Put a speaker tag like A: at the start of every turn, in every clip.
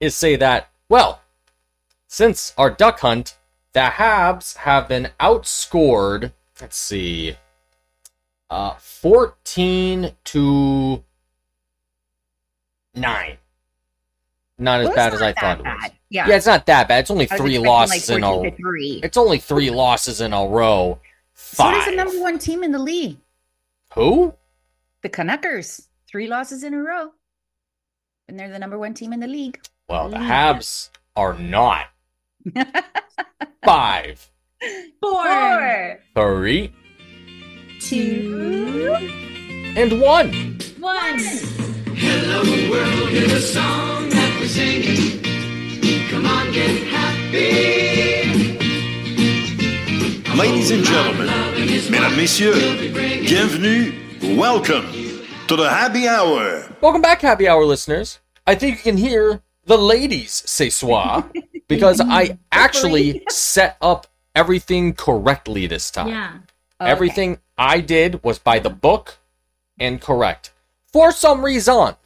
A: is say that, well, since our duck hunt, the Habs have been outscored, let's see, uh, 14 to 9. Not as
B: Well, it's
A: bad as
B: not
A: I
B: that
A: thought it was.
B: bad. Yeah.
A: Yeah, it's not that bad. It's only
B: I was
A: three
B: expecting,
A: losses
B: like
A: in a
B: 14 to three.
A: It's only three losses in a row.
B: So
A: Five.
B: does the number one team in the league,
A: Who?
B: the Canuckers. Three losses in a row, and they're the number one team in the league.
A: Well, the
B: Mm.
A: Habs are not. Five,
B: Four, three,
C: two,
A: and one.
C: one.
D: Hello world is a song that we're singing. Come on, get happy.
E: Ladies and gentlemen, mesdames, messieurs, bienvenue, welcome to the happy hour.
A: Welcome back, happy hour listeners. I think you can hear the ladies say soir because I actually set up everything correctly this time.
C: Yeah.
B: Okay.
A: Everything I did was by the book and correct. For some reason,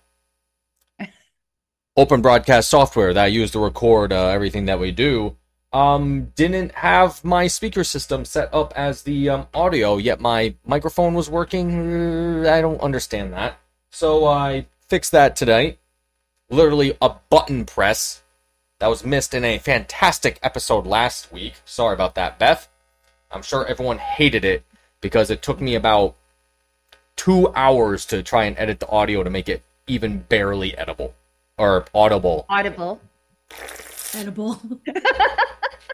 A: open broadcast software that I use to record uh, everything that we do um, didn't have my speaker system set up as the um, audio, yet my microphone was working. I don't understand that. So I fixed that today. Literally a button press that was missed in a fantastic episode last week. Sorry about that, Beth. I'm sure everyone hated it because it took me about two hours to try and edit the audio to make it even barely edible or audible.
B: Audible.
C: Edible.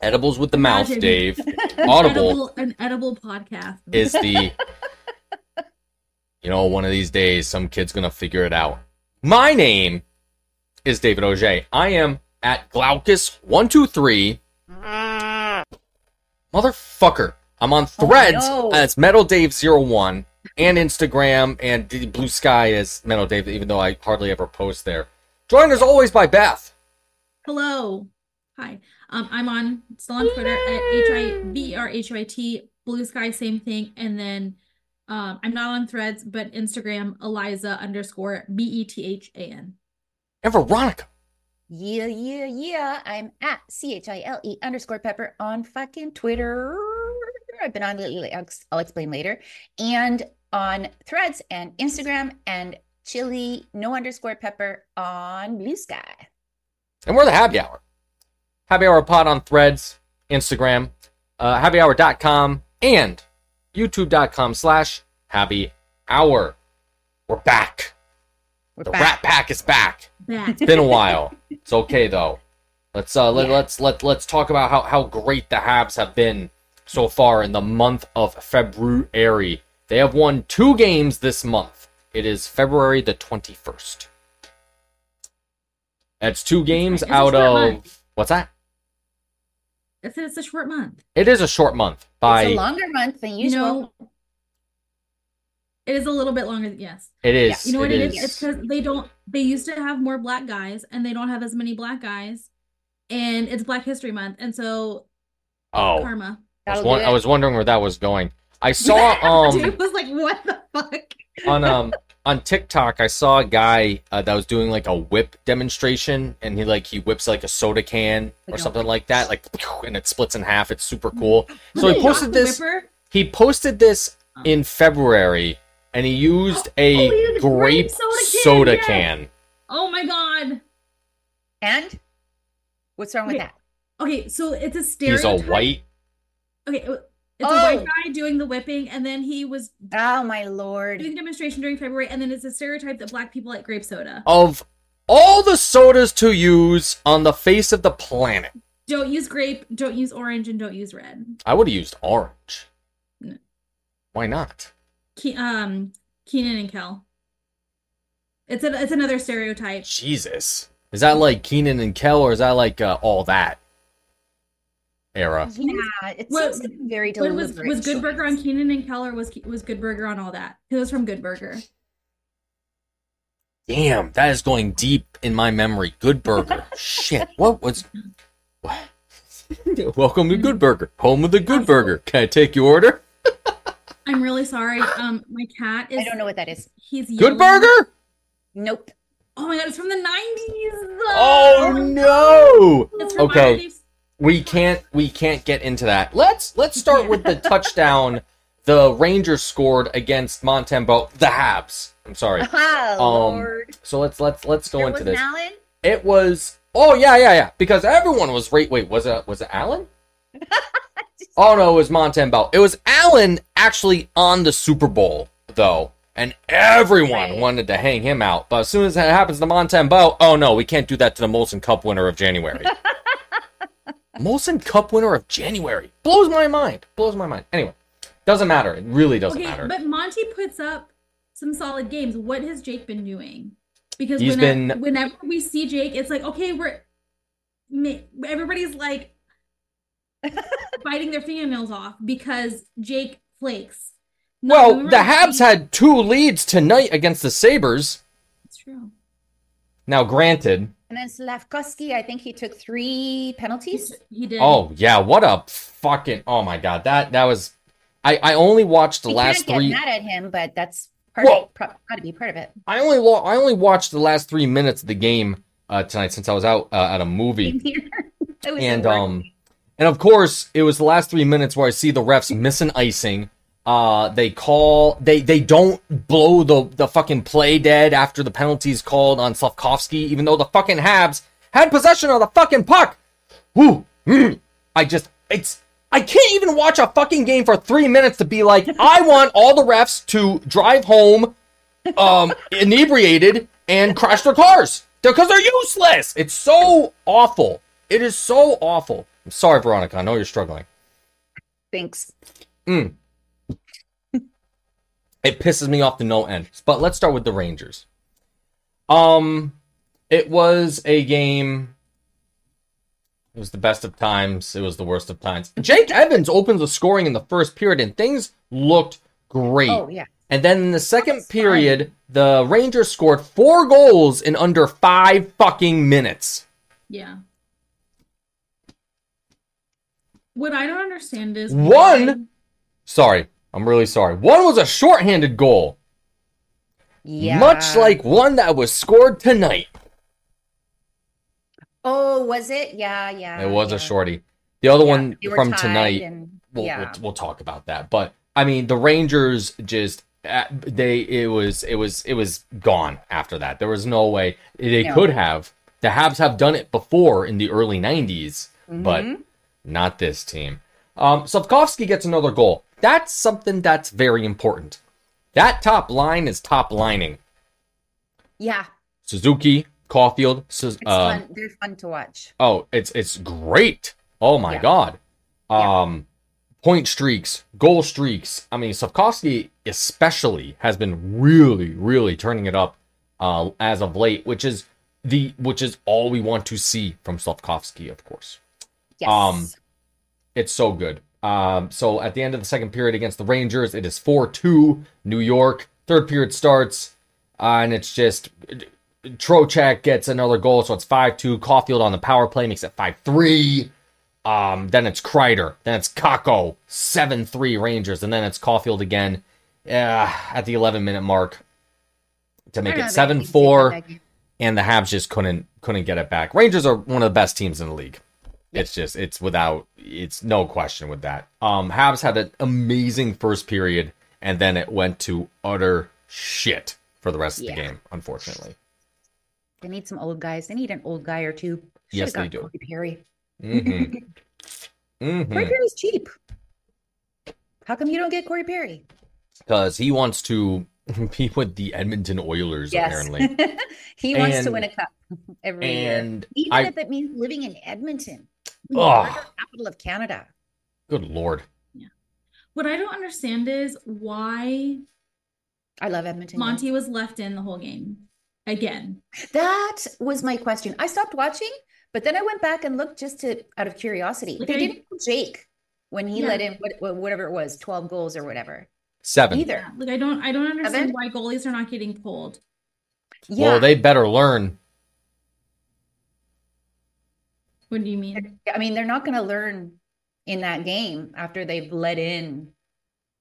A: Edibles with the mouth,
C: Imagine.
A: Dave. Audible
C: Edible. An edible podcast.
A: is the. You know, one of these days, some kid's going to figure it out. My name is David Auger. I am at Glaucus123. Motherfucker. I'm on threads
B: no.
A: as Metal Dave01 and Instagram and D- Blue Sky as Metal Dave, even though I hardly ever post there. Joined as always by Beth.
C: Hello. Hi. Um, I'm on still on Twitter at H I B E R H U I T Blue Sky, same thing. And then um, I'm not on threads, but Instagram, Eliza underscore B E T H A N.
A: And Veronica.
B: Yeah, yeah, yeah. I'm at C H I L E underscore pepper on fucking Twitter. I've been on lately. I'll ex- I'll explain later. And on threads and Instagram and chili no underscore pepper on blue sky.
A: And we're the Happy Hour. Happy Hour Pod on threads, Instagram, uh, happyhour.com, and youtube.com slash happy hour. We're back.
B: We're
A: The
B: back.
A: Rat Pack is back.
C: Back.
A: It's been a while. It's okay though. Let's uh let,
B: Yeah.
A: let's let let's talk about how how great the Habs have been so far in the month of February. They have won two games this month. It is February the 21st. That's two games
C: It's a
A: out
C: short
A: of
C: month.
A: what's that?
C: I said it's a short month.
A: It is a short month
B: It's a
A: by
B: longer month than
C: You
B: usual.
C: know, it is a little bit longer. than- Yes.
A: it is
C: You know what
A: it
C: it is? It's because they don't. They used to have more black guys, and they don't have as many black guys. And it's Black History Month, and so
A: oh
C: karma.
A: I was,
B: That'll
A: won-
B: do
A: I
B: it.
A: was wondering where that was going. I saw um
C: Dude was like, "What the fuck?"
A: on um on TikTok, I saw a guy uh, that was doing like a whip demonstration, and he like he whips like a soda can or
B: Like a-
A: something like that, like and it splits in half. It's super cool. So he
C: Knock
A: posted
C: the
A: this.
C: whipper.
A: He posted this in February, and he used a
C: Oh, he did a
A: grape
C: grape
A: soda
C: soda
A: can.
C: can, Oh my god.
B: And what's wrong with
C: Okay.
B: that?
C: Okay, so it's a
A: He's a
C: stereotype.
A: white.
C: Okay, it- it's a white
B: Oh.
C: guy doing the whipping, and then he was
B: Oh my lord.
C: doing the demonstration during February, and then it's a stereotype that black people like grape soda.
A: Of all the sodas to use on the face of the planet,
C: Don't use grape, don't use orange, and don't use red.
A: I would have used orange.
C: No.
A: Why not?
C: Ke- um, Keenan and Kel. It's a, it's another stereotype.
A: Jesus. Is that like Keenan and Kel, or is that like uh, all that era?
B: Yeah, it
C: What-
B: seems to be very
C: What was
B: deliberate.
C: was Good Burger on
B: choice.
C: Keenan and Kel, or was Ke- was Good Burger on all that? It was from Good Burger.
A: Damn, that is going deep in my memory. Good Burger. Shit, what was. what? Welcome to Good Burger, home of the Good Burger. Can I take your order?
C: I'm really sorry. Um, my cat is
B: I don't know what that is.
C: he's
A: Good
C: yelling.
A: Burger?
B: Nope.
C: Oh my god, it's from the 90s.
A: Oh no!
C: It's from
A: Okay.
C: Iron Dave's-
A: We can't we can't get into that. Let's let's start with the touchdown the Rangers scored against Montembeau, the Habs. I'm sorry.
B: Oh,
A: Um,
B: Lord.
A: So let's let's let's go
B: There
A: into
B: was
A: this.
B: Alan?
A: It was oh yeah yeah yeah because everyone was wait wait was it was it Allen? oh no, it was Montembeau. It was Allen actually on the Super Bowl though, and everyone
B: Right.
A: wanted to hang him out. But as soon as that happens to Montembeau, oh no, we can't do that to the Molson Cup winner of January. Molson Cup winner of January blows my mind. Blows my mind. Anyway, doesn't matter. It really doesn't
C: Okay,
A: matter.
C: but Monty puts up some solid games. What has Jake been doing? Because
A: He's
C: whenever,
A: been-
C: whenever we see Jake, it's like, okay, we're ma- everybody's like biting their fingernails off because Jake flakes. No,
A: well,
C: remember
A: the
C: when
A: Habs
C: he-
A: had two leads tonight against the Sabers.
C: It's true.
A: Now, granted,
B: And then Slavkovsky, I think he took three
C: He,
B: penalties.
C: he did.
A: Oh yeah, what a fucking oh my god that that was I I only watched the
B: We
A: last
B: can't
A: three
B: get mad at him, but that's part
A: Well-
B: of pro- got to be part of it.
A: I only lo- I only watched the last three minutes of the game uh, tonight since I was out uh, at a movie
B: That was
A: and
B: the worst.
A: um and of course it was the last three minutes where I see the refs missing icing. Uh, they call they they don't blow the the fucking play dead after the penalties called on Slavkovsky, even though the fucking Habs had possession of the fucking puck. Woo! Mm. I just it's I can't even watch a fucking game for three minutes to be like, I want all the refs to drive home um inebriated and crash their cars. Because they're useless. It's so awful. It is so awful. I'm sorry, Veronica. I know you're struggling.
B: thanks.
A: It pisses me off to no end. But let's start with the Rangers. Um, it was a game. It was the best of times. It was the worst of times. Jake Evans opens the scoring in the first period, and things looked great.
B: Oh yeah,
A: And then in the second
B: was fun.
A: period, the Rangers scored four goals in under five fucking minutes.
C: Yeah. What I don't understand is
A: One- Sorry, I'm really sorry. One was a shorthanded goal,
B: yeah.
A: much like one that was scored tonight.
B: oh, was it? Yeah, yeah.
A: It was
B: yeah.
A: a shorty. The other
B: Yeah,
A: one
B: they were
A: from
B: tied
A: tonight,
B: and-
A: we'll,
B: yeah.
A: we'll, we'll talk about that. But I mean, the Rangers just uh, they it was it was it was gone after that. There was no way they
B: No.
A: could have. The Habs have done it before in the early '90s, but
B: Mhm.
A: not this team. Um, Slavkovsky gets another goal. That's something that's very important. That top line is top lining.
B: yeah,
A: Suzuki, Caulfield, Suz-
B: it's
A: uh,
B: fun. They're fun to watch.
A: Oh, it's it's great. Oh my
B: Yeah.
A: god.
B: Yeah.
A: Um point streaks, goal streaks. I mean, Slavkovsky especially has been really really turning it up uh as of late, which is the which is all we want to see from Slavkovsky, of course.
B: Yes.
A: Um, It's so good. Um so at the end of the second period against the Rangers, it is 4-2 New York. Third period starts uh, and it's just Trochak gets another goal, so it's 5-2. Caulfield on the power play makes it 5-3. Um, then it's Kreider, then it's Kako, 7-3 Rangers, and then it's Caulfield again uh, at the 11-minute mark to
B: I
A: make
B: don't
A: it
B: know, they- they did
A: 7-4,
B: that game.
A: and the Habs just couldn't couldn't get it back. Rangers are one of the best teams in the league. It's just it's without it's no question with that. Um, Habs had an amazing first period, and then it went to utter shit for the rest
B: Yeah.
A: of the game, unfortunately.
B: They need some old guys. They need an old guy or two.
A: Yes,
B: Should've
A: they
B: got
A: do.
B: Corey Perry.
A: Mm-hmm.
B: Corey
A: mm-hmm.
B: Perry's cheap. How come you don't get Corey Perry?
A: Because he wants to be with the Edmonton Oilers, apparently.
B: he wants to
A: And-
B: win a cup every year.
A: And
B: Even
A: I,
B: if it means living in Edmonton, the
A: Ugh.
B: murder capital of Canada.
A: good lord,
C: what I don't understand is why
B: I love Edmonton. though.
C: Monty was left in the whole game again.
B: That was my question. I stopped watching, but then I went back and looked just to out of curiosity. They
C: Okay.
B: didn't include Jake when he
C: Yeah.
B: let in what, what- whatever it was, 12 goals or whatever.
A: seven.
B: Either.
C: Like I don't I don't
B: Evan?
C: understand why goalies are not getting pulled.
A: Well,
B: Yeah.
A: they better learn.
C: What do you mean?
B: I mean, they're not going to learn in that game after they've let in,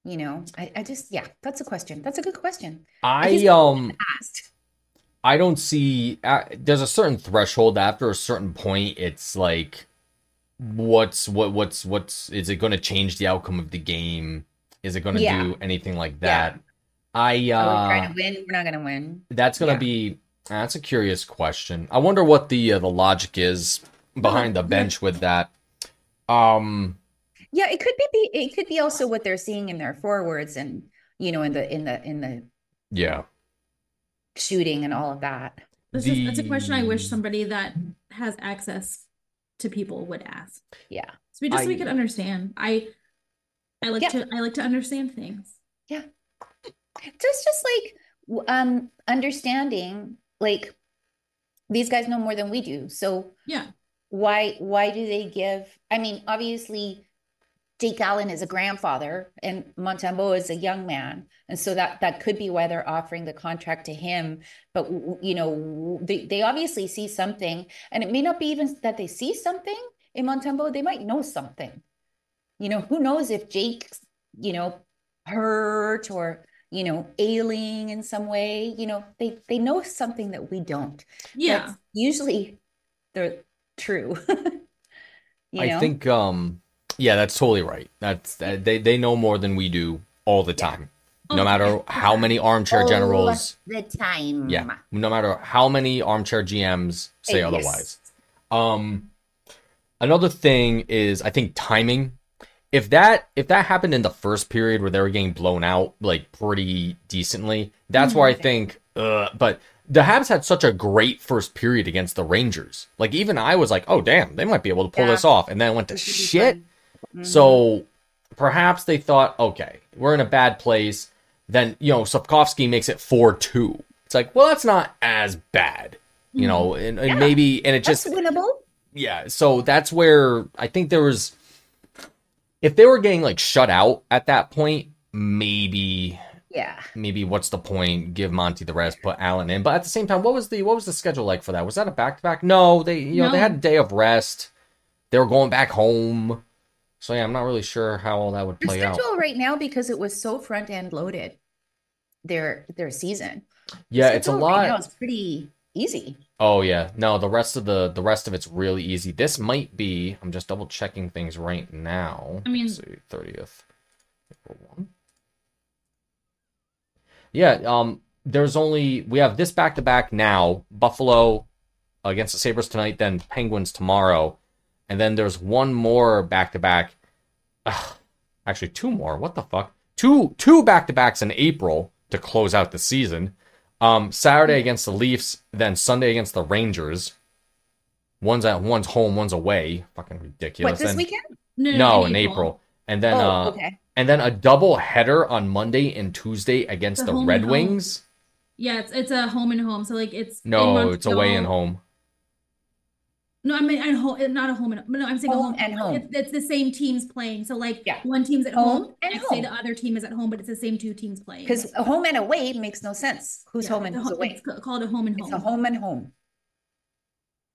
B: you know. I, I just, yeah, that's a question. That's a good question.
A: I
B: guess-
A: um
B: Asked.
A: I don't see. Uh, there's a certain threshold after a certain point. It's like, what's what what's what's is it going to change the outcome of the game? Is it going to
B: Yeah.
A: do anything like
B: Yeah.
A: that? I uh,
B: Are we trying to win? We're not going to win.
A: that's gonna
B: Yeah.
A: be that's a curious question. I wonder what the uh, the logic is
B: Hmm.
A: behind the bench with that. Um,
B: Yeah, it could be, be it could be also what they're seeing in their forwards and you know in the in the in the
A: yeah,
B: shooting and all of that.
C: This is that's a question I wish
A: The-
C: somebody that has access to people would ask.
B: Yeah.
C: So we just so we
A: I-
C: could understand. I I like
B: Yeah.
C: to I like to understand things.
B: Just just like w- um understanding like these guys know more than we do. So
C: Yeah.
B: why why do they give I mean, obviously Jake Allen is a grandfather and Montembeau is a young man. And so that that could be why they're offering the contract to him. But w- w- you know, w- they they obviously see something, and it may not be even that they see something in Montembeau, they might know something. You know, who knows if Jake's, you know, hurt or, you know, ailing in some way. You know, they they know something that we don't.
C: Yeah.
B: That's usually they're true. You
A: I
B: know?
A: think um, yeah, that's totally right. That's that, they they know more than we do all the time.
C: Oh,
A: No matter how many armchair
B: All
A: generals,
B: the time.
A: yeah, no matter how many armchair GMs say
B: Mm-hmm. Yes.
A: otherwise. Um, another thing is I think timing. If that if that happened in the first period where they were getting blown out like pretty decently, that's where I
B: Mm-hmm.
A: think. Uh, but the Habs had such a great first period against the Rangers. Like even I was like, oh damn, they might be able to pull
B: Yeah.
A: this off, and then it went to
B: This should be
A: shit.
B: fun. Mm-hmm.
A: So perhaps they thought, okay, we're in a bad place. Then, you know, Sapkowski makes it 4 2. It's like, well, that's not as bad, you know, and, and maybe, and it
B: That's
A: just,
B: winnable.
A: yeah. So that's where I think there was, if they were getting like shut out at that point, maybe,
B: Yeah.
A: maybe what's the point? Give Monty the rest, put Allen in. But at the same time, what was the, what was the schedule like for that? Was that a back to back? No, they, you know, they
C: No.
A: had a day of rest. They were going back home. So yeah, I'm not really sure how all that would
B: Their
A: play out.
B: schedule right now because it was so front end loaded their their season.
A: Yeah, it's a
B: Schedule right now
A: lot.
B: is pretty easy.
A: Oh yeah. No, the rest of the the rest of it's really easy. This might be I'm just double checking things right now.
C: I mean-
A: Let's see, 30th. April 1. Yeah, um there's only we have this back to back now, Buffalo against the Sabres tonight, then Penguins tomorrow. And then there's one more back to back. Actually, two more. What the fuck? Two two back to backs in April to close out the season. Um, Saturday against the Leafs, then Sunday against the Rangers. One's at one's home, one's away. Fucking ridiculous.
B: What, this
A: Then-
B: weekend?
C: No, no,
A: No, in April. And then
B: Oh,
A: uh
B: okay.
A: and then a double header on Monday and Tuesday against
C: The
A: the,
C: home
A: Red
C: and home.
A: Wings.
C: Yeah, it's it's a home and home. So like it's in
A: No, it's away and
C: Montreal.
A: home.
C: No, I mean and home not a home and no, I'm saying a
B: Home and
C: like,
B: home.
C: It's, it's the same teams playing. So like
B: Yeah.
C: one team's at
B: Home
C: home,
B: and
C: next day
B: home.
C: the other team is at home, but it's the same two teams playing.
B: Because home and away makes no sense. Who's
C: Yeah,
B: home and
C: the
B: who's
C: ho-
B: away?
C: It's ca- called a home and
B: It's a
C: home.
B: home and home.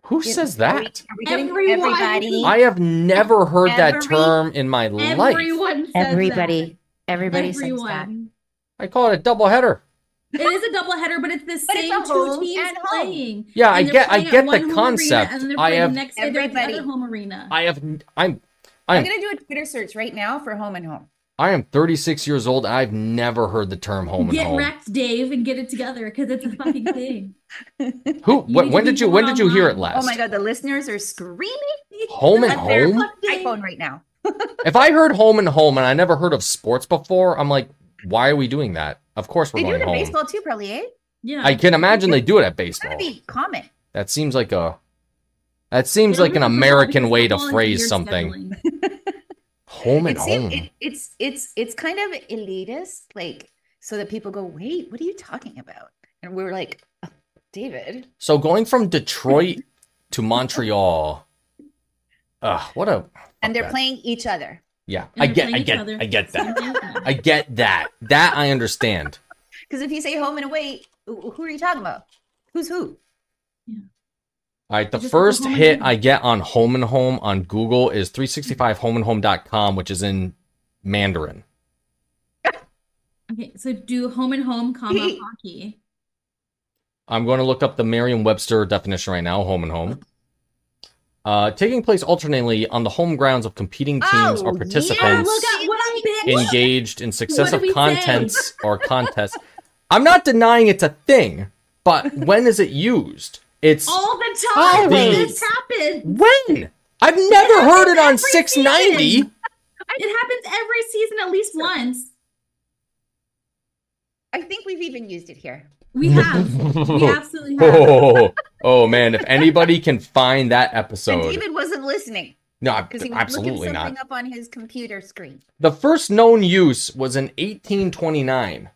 A: Who
B: Yeah,
A: says
B: Are we-
A: that?
B: are we getting
C: Everyone.
B: everybody?
A: I have never heard that
C: Every-
A: term in my life.
C: Everyone says that.
F: Everybody, everybody says that.
C: Everyone.
A: I call it a double header.
C: It is a doubleheader, but it's the
B: But it's
C: same
B: a
C: two
B: home
C: teams
B: and home.
C: playing.
A: Yeah, I
C: And they're
A: get- I
C: playing at
A: get the
C: one home arena,
A: concept.
C: and then they're
A: I
C: playing
A: have-
C: next day they're at the
B: Everybody.
C: other home arena.
A: I have I'm
B: I'm
A: I'm
B: gonna do a Twitter search right now for home and home.
A: I am 36 years old. and I've never heard the term home and
C: Get
A: home.
C: wrecked, Dave, and get it together because it's a fucking thing.
A: Who?
C: You
A: wh-
C: need
A: when
C: to
A: did
C: be
A: you? When did you hear it
C: borderline.
A: last?
B: Oh my god, the listeners are screaming
A: Home and
B: at their
A: home.
B: iPhone right now.
A: If I heard home and home, and I never heard of sports before, I'm like, why are we doing that? Of course we're
B: They do
A: going
B: it in
A: home.
B: baseball too, probably, eh?
C: Yeah.
A: I can imagine they do it at
B: It's gotta
A: baseball.
B: be common.
A: That seems like a. That seems
C: They don't
A: like an
C: have to worry
A: American
C: because
A: way to
C: football is
A: phrase
C: weird
A: something.
C: scheduling.
A: Home and
B: It seem-
A: home.
B: it- it's it's it's kind of elitist, like so that people go, wait, what are you talking about? And we're like, "Uh, David,
A: So going from Detroit to Montreal. Ugh, what a
B: and they're
A: that.
B: playing each other.
A: yeah.
C: And
A: I
C: they're
A: get.
C: playing
A: I
C: each
A: get.
C: other.
A: I get
C: Same
A: that.
C: thing.
A: I get that. That I understand.
B: Because if you say home and away, who who are you talking about? Who's who?
A: All right, the
C: Just look up
A: first
C: Home and
A: hit
C: Home.
A: I get on Home and Home on Google is 365homeandhome.com, which is in Mandarin.
C: Okay, so do home and home, comma hockey.
A: I'm going to look up the Merriam-Webster definition right now. Home and home. Uh, taking place alternately on the home grounds of competing teams
B: Oh,
A: or
B: yeah,
C: Yeah,
A: participants
C: look at what I picked.
A: engaged in successive
C: we say?
A: contents or contests. I'm not denying it's a thing, but when is it used? It's
C: All the time when
A: Always.
C: this happens.
A: when? I've never heard it on
C: Every
A: 690.
C: season. It happens every season at least once.
B: I think we've even used it here.
C: We have. we absolutely have.
A: oh, oh man, if anybody can find that
B: And
A: episode.
B: David wasn't listening
A: No,
B: because he was
A: absolutely
B: looking
A: not.
B: something up on his computer screen.
A: The first known use was in 1829.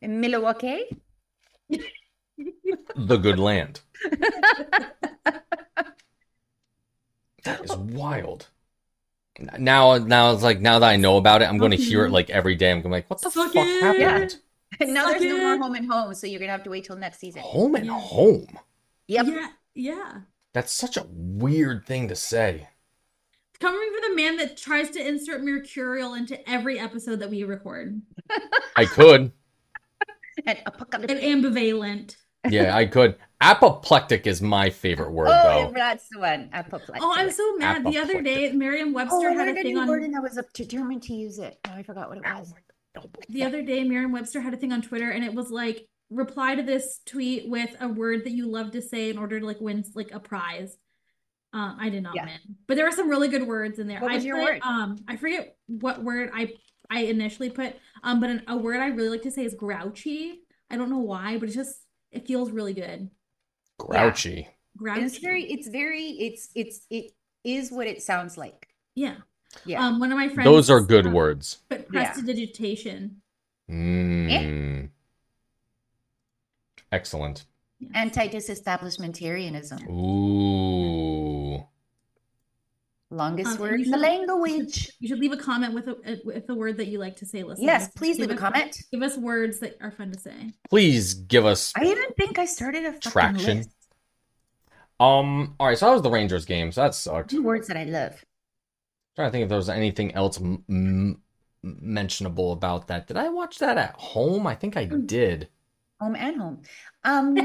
B: In Milwaukee?
A: The Good Land. that is wild. Now, now it's like now that I know about it, I'm going to hear it like every day. I'm gonna be like, what the fuck
C: Fuck it.
A: happened?
B: And now there's no more
C: Suck it.
B: home and home, so you're gonna have to wait till next season.
A: Home and
C: Yeah.
A: home.
B: Yep.
C: Oh, Yeah, yeah.
A: That's such a weird thing to say.
C: Coming from the man that tries to insert mercurial into every episode that we record.
A: I could.
B: And apocalyptic.
C: And ambivalent.
A: Yeah, I could. Apoplectic is my favorite word
B: Oh,
A: though.
B: that's the one. Apoplectic.
C: Oh, I'm so mad. The other day,
B: Oh,
C: Merriam-Webster
B: I
C: had
B: learned
C: a
B: a
C: thing
B: new
C: on
B: word and I was determined to use it. Oh, I forgot what it was.
C: the other day merriam-webster had a thing on twitter and it was like reply to this tweet with a word that you love to say in order to like win like a prize um i did not
B: Yeah.
C: win but there were some really good words in there
B: What
C: i
B: was your
C: put,
B: word?
C: um i forget what word i i initially put um but an, a word i really like to say is grouchy i don't know why but it's just it feels really good
A: Grouchy.
C: grouchy
B: And It's very, it's very, it's, it's, it is what it sounds like.
C: yeah
B: Yeah.
C: um one of my friends
A: Those are good
C: um,
A: words.
C: but
B: Yeah.
C: prestidigitation
A: Mm. Excellent.
B: Anti disestablishmentarianism.
A: Ooh.
B: Longest
C: Um, and
B: word
C: you
B: in the
C: should-
B: language.
C: You should leave a comment with a with the word that you like to say, listeners.
B: Yes, please leave a
C: us-
B: comment.
C: Give us words that are fun to say.
A: Please give us
B: I even think I started a fucking
A: Traction.
B: list
A: um all right, so that was the Rangers game, so that sucked.
B: of words that I love.
A: trying to think if there was anything else m- m- mentionable about that. Did I watch that at home? I think I did.
B: Home and home. Um,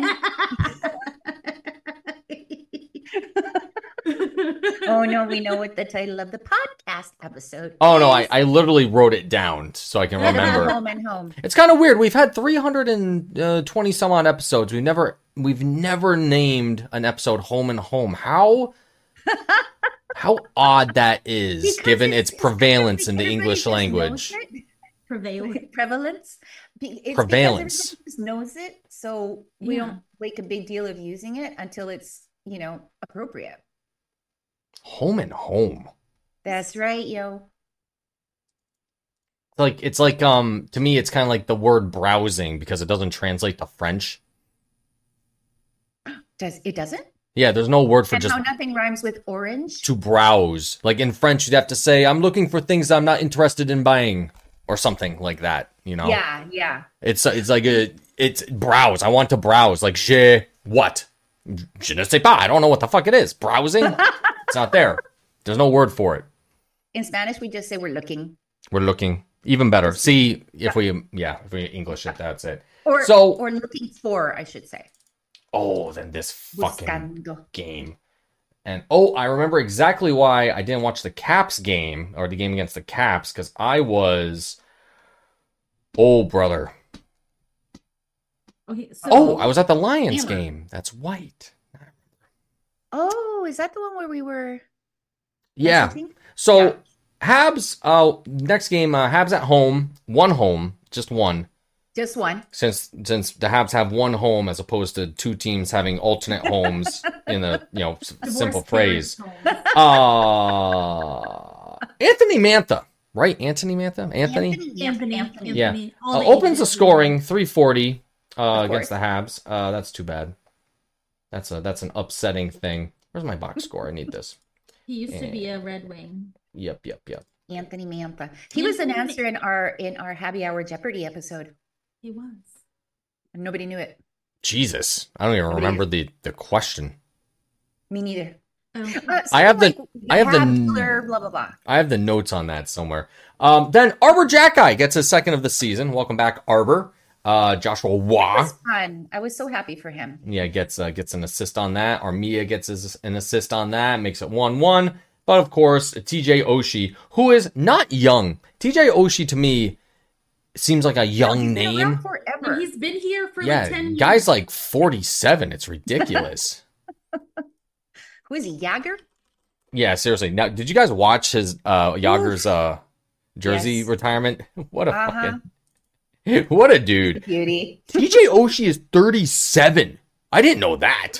B: oh no, we know what the title of the podcast episode
A: Oh no, I,
B: is.
A: I literally wrote it down so I can remember.
B: Home and home.
A: It's kind of weird. We've had 320 uh, some odd episodes. We've never we've never named an episode home and home. How how odd that is
B: Because
A: given its
B: it's- it's kind of
A: prevalence
B: like
A: in the
B: everybody
A: English
B: just knows
A: language.
B: it.
C: Prevalent.
B: prevalence. Be- It's because
A: Prevalence.
B: everybody just knows it, so we
C: Yeah.
B: don't make a big deal of using it until it's, you know, appropriate.
A: Home and home.
B: That's right, yo.
A: It's like it's like um to me it's kind of like the word browsing because it doesn't translate to French.
B: Does it doesn't?
A: Yeah, there's no word for
B: and
A: just
B: how nothing rhymes with orange.
A: to browse. Like in French, you'd have to say, I'm looking for things I'm not interested in buying or something like that. You know?
B: Yeah, yeah.
A: It's it's like a, it's browse. I want to browse. Like je what? Je ne sais pas. I don't know what the fuck it is. Browsing? it's not there. There's no word for it.
B: In Spanish, we just say we're looking,
A: We're looking. Even better. See if we yeah, if we English it, that's it.
B: or
A: So-
B: or looking for, I should say.
A: Oh, then this fucking
B: Buscando.
A: game. And oh, I remember exactly why I didn't watch the Caps game or the game against the Caps because I was, oh brother,
C: Okay, so
A: oh I was at the Lions
C: Hammer.
A: game. That's white.
B: Oh, is that the one where we were?
A: Yeah.
B: messaging?
A: So Habs. Uh, next game. Uh, Habs at home. One home, just one.
B: Just one.
A: Since since the Habs have one home as opposed to two teams having alternate homes in a you know s-
C: divorced
A: simple phrase.
C: parents' homes.
A: Uh, Anthony Mantha, right? Anthony Mantha? Anthony?
B: yeah,
C: Anthony,
B: Anthony.
A: Yeah.
C: Anthony, all
A: Uh,
C: the
A: opens the
C: ages.
A: scoring 340 uh,
B: Of
A: against the Habs. Uh, that's too bad. That's a that's an upsetting thing. Where's my box score? I need this.
C: He used to be a Red Wing.
A: Yep, yep, yep.
B: Anthony Mantha. He was an
C: Anthony-
B: answer in our in our Happy Hour Jeopardy episode,
C: He was.
B: and nobody knew it.
A: Jesus, I don't even
B: Nobody-
A: remember the the question.
B: Me neither.
C: I don't think-
B: Uh,
A: I have the-
B: something
A: I have the-
B: Habs, blur, blah blah blah.
A: I have the notes on that somewhere. Um, then Arbor Jackeye gets his second of the season. Welcome back, Arbor. Uh, Joshua Wah.
B: was fun. I was so happy for him.
A: yeah, gets uh, gets an assist on that. Armia gets his, an assist on that, makes it one one. But of course, TJ Oshie, who is not young. TJ Oshie to me seems like a young
B: He's been around
A: name.
B: forever.
C: And he's been here for like
A: Yeah,
C: 10
A: guys
C: years.
A: like forty seven. It's ridiculous.
B: Who is he? Jagger?
A: yeah, seriously. Now, did you guys watch his uh Yager's uh jersey
B: Yes.
A: retirement? What a
B: Uh-huh.
A: fucking what a dude.
B: Beauty.
A: TJ Oshie is thirty seven. I didn't know that.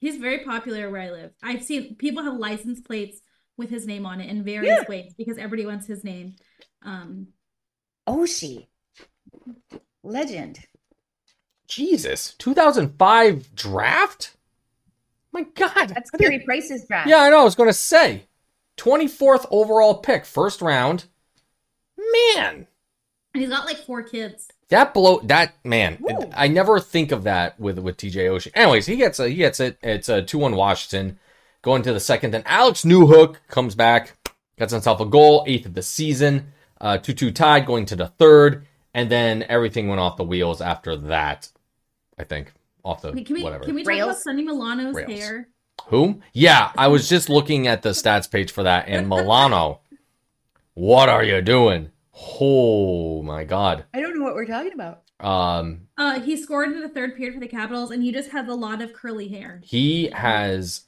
C: He's very popular where I live. I've seen people have license plates with his name on it in various ways because everybody wants his name. Um,
B: Oshi. Oh, Legend.
A: Jesus, two thousand five draft. My God,
B: That's
A: I didn't-
B: Gary Price's draft.
A: Yeah, I know. I was going to say, twenty fourth overall pick, first round. Man,
C: and he's got like four kids.
A: that blow. That man,
B: Whoa.
A: I never think of that with with TJ Oshie. Anyways, he gets a, he gets it. It's a two one Washington going to the second. Then Alex Newhook comes back, gets himself a goal, eighth of the season. Uh, two two tied going to the third, and then everything went off the wheels after that. I think off the
C: Okay, Can we
A: whatever.
C: can we talk about
B: Rails.
C: Sunny Milano's
A: Rails.
C: hair?
A: Whom? Yeah, I was just looking at the stats page for that. And Milano, what are you doing? Oh my god.
B: I don't know what we're talking about.
A: Um,
C: Uh, he scored in the third period for the Capitals, and he just has a lot of curly hair.
A: he has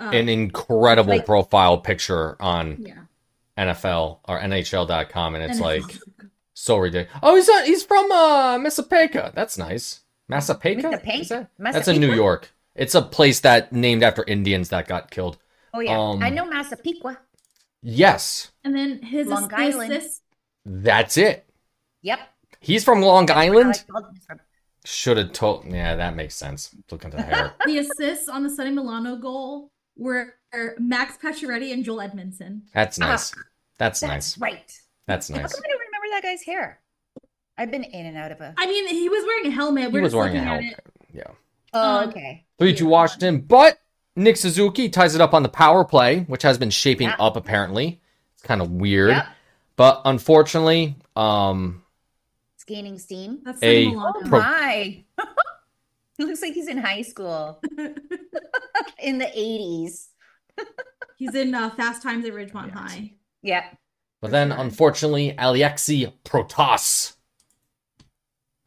C: Uh,
A: an incredible
B: Like-
A: profile picture on
C: yeah,
A: NFL or NHL.com, and it's
C: And-
A: like so ridiculous. Oh, he's not, he's from uh Massapequa. That's nice. Massapequa?
B: Massapequa?
A: Is that- That's
B: Massapequa?
A: in New York. It's a place that named after Indians that got killed.
B: Oh yeah.
A: Um,
B: I know Massapequa.
A: Yes,
C: and then his
B: Long
C: assist-
B: Island.
C: assist-
A: that's it.
B: Yep.
A: He's from Long Island.
B: That's where Alex Baldwin's from.
A: Should have told. Yeah, that makes sense. Look at the hair.
C: the assists on the Sunny Milano goal were Max Pacioretty and Joel Edmondson.
A: That's nice. That's
B: That's
A: nice.
B: right.
A: That's
B: How
A: nice.
B: come I don't remember that guy's hair? I've been in and out of a.
C: I mean, he was wearing a helmet.
A: He
C: We're
A: was
C: just
A: wearing a
C: looking at
A: helmet.
C: it.
B: Oh,
C: um,
B: okay.
A: Three two Washington, but Nick Suzuki ties it up on the power play, which has been shaping
B: Yeah.
A: up apparently. It's kind of weird,
B: Yep.
A: but unfortunately, um,
B: It's gaining steam.
C: That's
A: A
C: Sunny
B: Oh
C: Milano.
A: pro-
B: my. he looks like he's in high school in the 80s.
C: He's in uh, Fast Times at
A: Yes.
C: Ridgemont High.
B: Yep.
A: but then unfortunately, Alexi Protas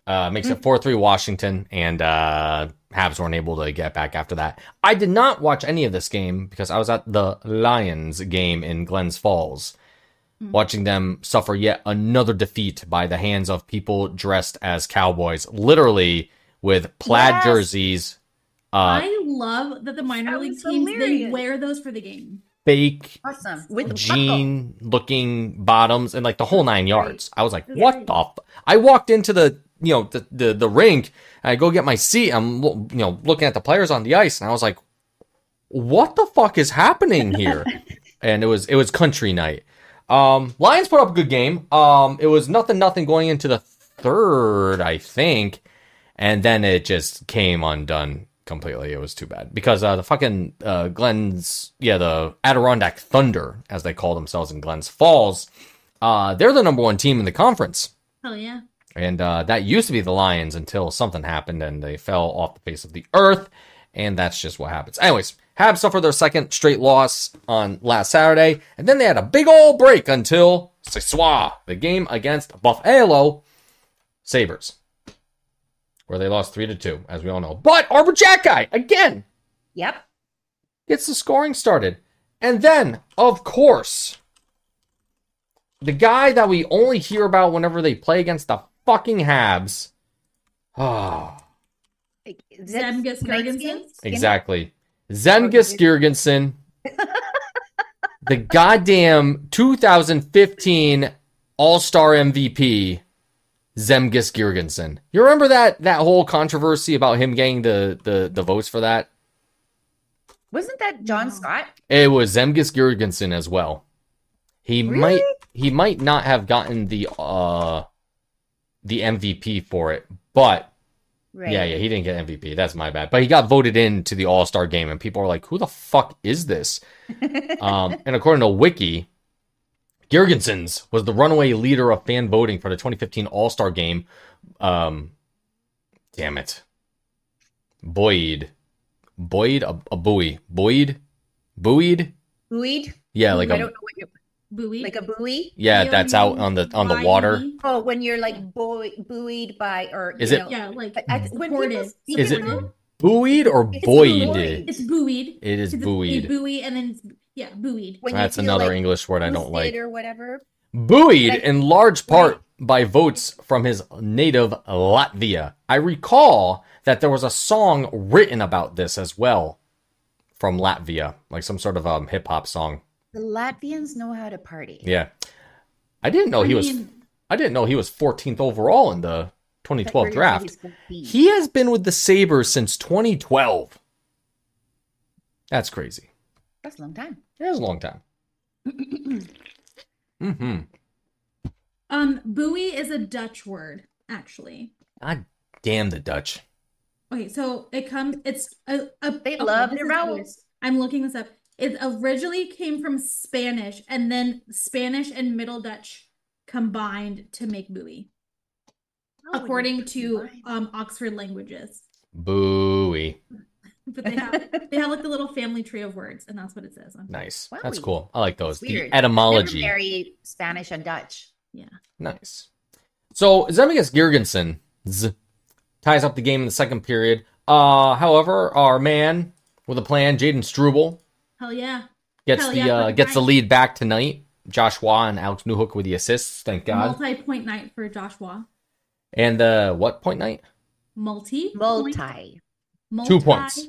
A: uh, makes it four three Washington, and uh, Habs weren't able to get back after that. I did not watch any of this game because I was at the Lions game in Glens Falls. watching them suffer yet another defeat by the hands of people dressed as cowboys, literally with plaid
B: Yes.
A: jerseys, uh,
C: I love that the minor
B: That
C: league
B: was
C: teams they
B: hilarious.
C: wear those for the game.
A: fake
B: Awesome. With the buckle.
A: jean looking bottoms, and like the whole nine yards. I was like,
C: That's
A: what
C: great.
A: the? F-? I walked into the you know the, the the rink. And I go get my seat. I'm lo- you know looking at the players on the ice, and I was like, what the fuck is happening here? and it was it was country night. Um, Lions put up a good game. Um, it was nothing nothing going into the third, I think, and then it just came undone completely. It was too bad because uh, the fucking uh, Glens, yeah, the Adirondack Thunder, as they call themselves in Glens Falls, uh, they're the number one team in the conference.
C: Hell yeah.
A: And uh, that used to be the Lions until something happened and they fell off the face of the earth. And that's just what happens. Anyways, Habs suffered their second straight loss on last Saturday. And then they had a big old break until Siswa, the game against Buffalo Sabres, where they lost 3 to 2, as we all know. But Arbor Jack Guy, again,
B: Yep.
A: gets the scoring started. And then, of course, the guy that we only hear about whenever they play against the fucking Habs. Oh,
B: Is that
C: Zemgus
B: tonight's
C: Girgensons?
B: game?
A: exactly. Zemgus Girgensson. the goddamn 2015 All-Star MVP, Zemgus Girgensson. You remember that that whole controversy about him getting the the, the votes for that?
B: Wasn't that John
C: No.
B: Scott?
A: It was Zemgus Girgensson as well. He
B: Really?
A: might he might not have gotten the uh the MVP for it, but
B: Right.
A: yeah, yeah, he didn't get MVP. That's my bad. But he got voted into the All Star game, and people are like, "Who the fuck is this?" um, and according to Wiki, Girgensons was the runaway leader of fan voting for the 2015 All Star Game. Um, damn it, Boyd, Boyd, a, a buoy, Boyd, buoyed.
B: Buoyed?
A: Yeah, like
B: I
A: a
B: don't know what you
C: Buoy.
B: like a buoy.
A: yeah. That's out on the on the water.
C: Y-O-U.
B: Oh, when you're like buoy, buoyed by or
A: Is
B: you
A: it-
B: know,
C: Yeah, like
B: but I, when people
C: supported.
B: speak
A: Is
B: in
A: it
B: them,
A: buoyed or
B: It's
A: buoyed?
B: buoyed.
C: It's buoyed.
A: It is
C: It's
A: buoyed.
C: buoy and then it's, yeah, buoyed.
B: when you
A: That's
B: feel
A: another
B: like
A: English word I don't like.
B: boosted or whatever.
A: Buoyed
B: Like-
A: in large part by votes from his native Latvia. I recall that there was a song written about this as well from Latvia, like some sort of um, hip hop song.
B: The Latvians know how to party.
A: Yeah. I didn't know
C: I
A: he was
C: mean,
A: I didn't know he was 14th overall in the
B: But
A: 2012
B: we're gonna
A: draft.
B: say he's 14.
A: He has been with the Sabres since 2012. That's crazy.
B: That's a long time.
A: That is a long time. hmm
C: um, buoy is a Dutch word actually.
A: God damn the Dutch.
C: Okay, so it comes. It's a, a
B: They
C: okay,
B: love
C: this
B: their
C: is weird.
B: vowels. Oh,
C: I'm looking this up. It originally came from Spanish, and then Spanish and Middle Dutch combined to make buoy,
B: Oh,
C: according to um, Oxford Languages.
A: Buoy.
C: But they have they have like a little family tree of words, and that's what it says. On.
A: Nice.
B: Wow.
A: That's cool. I like those.
B: It's weird.
A: The etymology.
B: Never marry Spanish and Dutch.
A: Nice. So Zemeckis Girgensen z, ties up the game in the second period. Uh, however, our man with a plan, Jaden Struble,
C: Hell yeah!
A: gets
C: Hell
A: the
C: yeah,
A: uh,
C: fucking
A: gets the
C: right.
A: lead back tonight. Joshua and Alex Newhook with the assists. Thank God.
C: Multi point night for Joshua.
A: and uh, what point night?
C: Multi point-
B: Multi.
A: Two
C: multi-
A: points.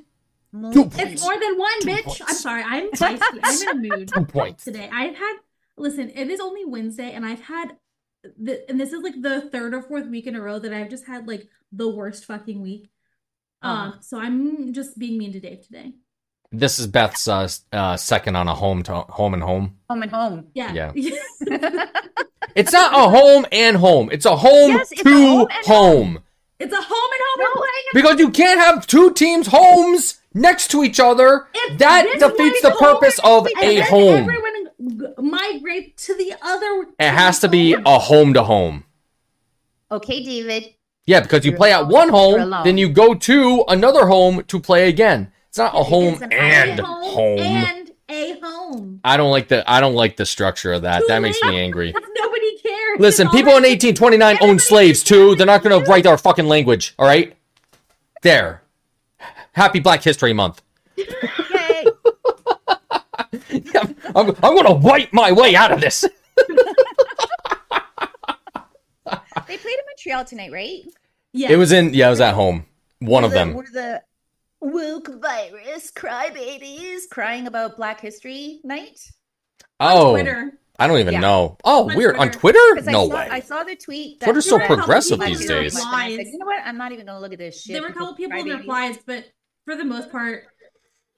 B: Multi.
A: points.
C: It's more than one,
A: Two
C: bitch. I'm
A: points.
C: sorry. I'm feisty. I'm in a mood.
A: Two points.
C: today. I've had, listen, it is only Wednesday, and I've had, the, and this is like the third or fourth week in a row that I've just had like the worst fucking week.
A: Uh-huh.
C: Um, so I'm just being mean to Dave today.
A: This is Beth's uh, s- uh, second on a home to home and home.
B: Home and home.
C: Yeah.
A: It's not a home and home. It's a home
B: Yes, it's
A: to
B: a home and
A: home.
C: It's a home and home and play.
A: Because you can't have two teams' homes next to each other.
C: If
A: that
C: this
A: defeats
C: was
A: the
C: home
A: purpose of
C: And
A: a
C: then
A: home.
C: everyone g- migrate to the other.
A: It has to be a home to home.
B: Okay, David.
A: Yeah, because you
B: You're
A: play at one
B: You're
A: home,
B: alone.
A: then you go to another home to play again. It's not a home
B: an
A: and
C: a
B: island
A: home.
C: and a home.
A: I don't like the I don't like the structure of that. That makes me angry.
C: Nobody cares.
A: Listen,
C: It's
A: people in
C: already-
A: 1829 owned
C: Everybody
A: slaves
C: just
A: too.
C: wanted
A: They're not
C: to
A: going to
C: do
A: write our fucking language, all right? There. Happy Black History Month.
B: Yay.
A: I'm, I'm going to white my way out of this.
B: they played in Montreal tonight, right?
C: Yeah.
A: It was in yeah, it was at home. One of
B: Were the-
A: them.
B: Were the woke virus crybabies crying about Black History Night?
A: Oh,
C: Twitter.
A: I don't even
B: Yeah.
A: know. Oh,
C: On
A: weird. On
C: Twitter.
A: Twitter?
B: 'Cause I
A: No
B: saw,
A: way.
B: I saw the tweet. that
A: Twitter's so
B: Black History
A: progressive
B: Month
A: these
B: was on
A: days.
B: Black Lives. I
C: Lies.
B: said, you know what? I'm not even gonna look at this shit.
C: there were a couple people in their
B: crybabies."
C: flies, but for the most part,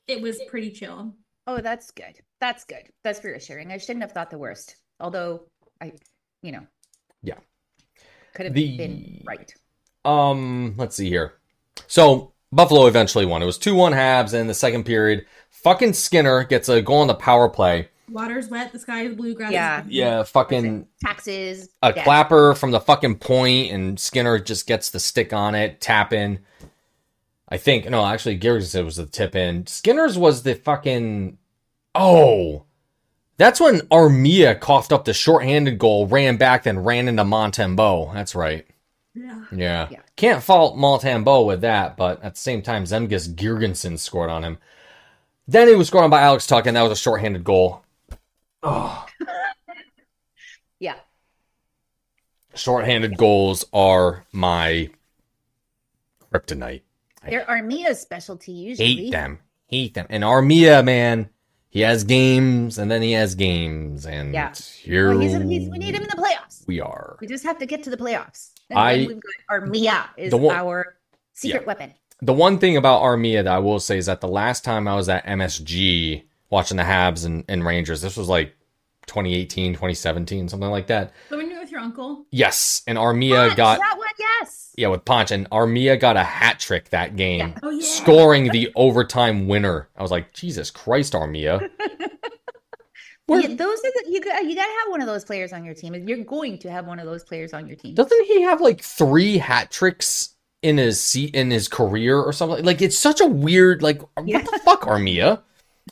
C: it was pretty chill.
B: Oh, that's good. That's good. That's reassuring. I shouldn't have thought the worst. Although I, you know,
A: Yeah.
B: could have
A: The-
B: been right.
A: Um, let's see here. So Buffalo eventually won. It was two one halves in the second period. Fucking Skinner gets a goal on the power play.
C: Water's wet, the sky is blue, grass is
B: Yeah.
C: green.
A: Yeah, fucking
B: Taxes.
A: a
B: debt.
A: clapper from the fucking point, and Skinner just gets the stick on it, tap in. I think no, actually, Gears said it was the tip in. Skinner's was the fucking oh. That's when Armia coughed up the shorthanded goal, ran back, then ran into Montembeau. That's right.
C: Yeah.
A: Yeah.
B: Yeah.
A: Can't fault Maltambo with that, but at the same time, Zemgus Girgensen scored on him. Then he was scored on by Alex Tuck, and that was a shorthanded goal. Oh,
B: Yeah.
A: shorthanded goals are my kryptonite.
B: They're Armia's specialty usually.
A: Hate them. Hate them. And Armia, man, he has games, and then he has games, and
B: Yeah.
A: here
B: Well, he's, he's, we need him in the playoffs.
A: we are.
B: We just have to get to the playoffs. And
A: I-
B: then we've got Armia is
A: The one-
B: our secret weapon.
A: the one thing about Armia that I will say is that the last time I was at MSG watching the Habs and, and Rangers, this was like 2018, 2017, something like that.
C: But when you were with your uncle,
A: Yes. And Armia
B: Punch,
A: got,
B: that one, yes.
A: yeah, with Ponch, and Armia got a hat trick that game,
C: oh yeah,
A: scoring the overtime winner. I was like, Jesus Christ, Armia. Where-
B: Yeah, those are the, you got you gotta have one of those players on your team. You're going to have one of those players on your team.
A: Doesn't he have like three hat tricks in his seat in his career or something? Like it's such a weird like
B: Yeah.
A: what the fuck, Armia?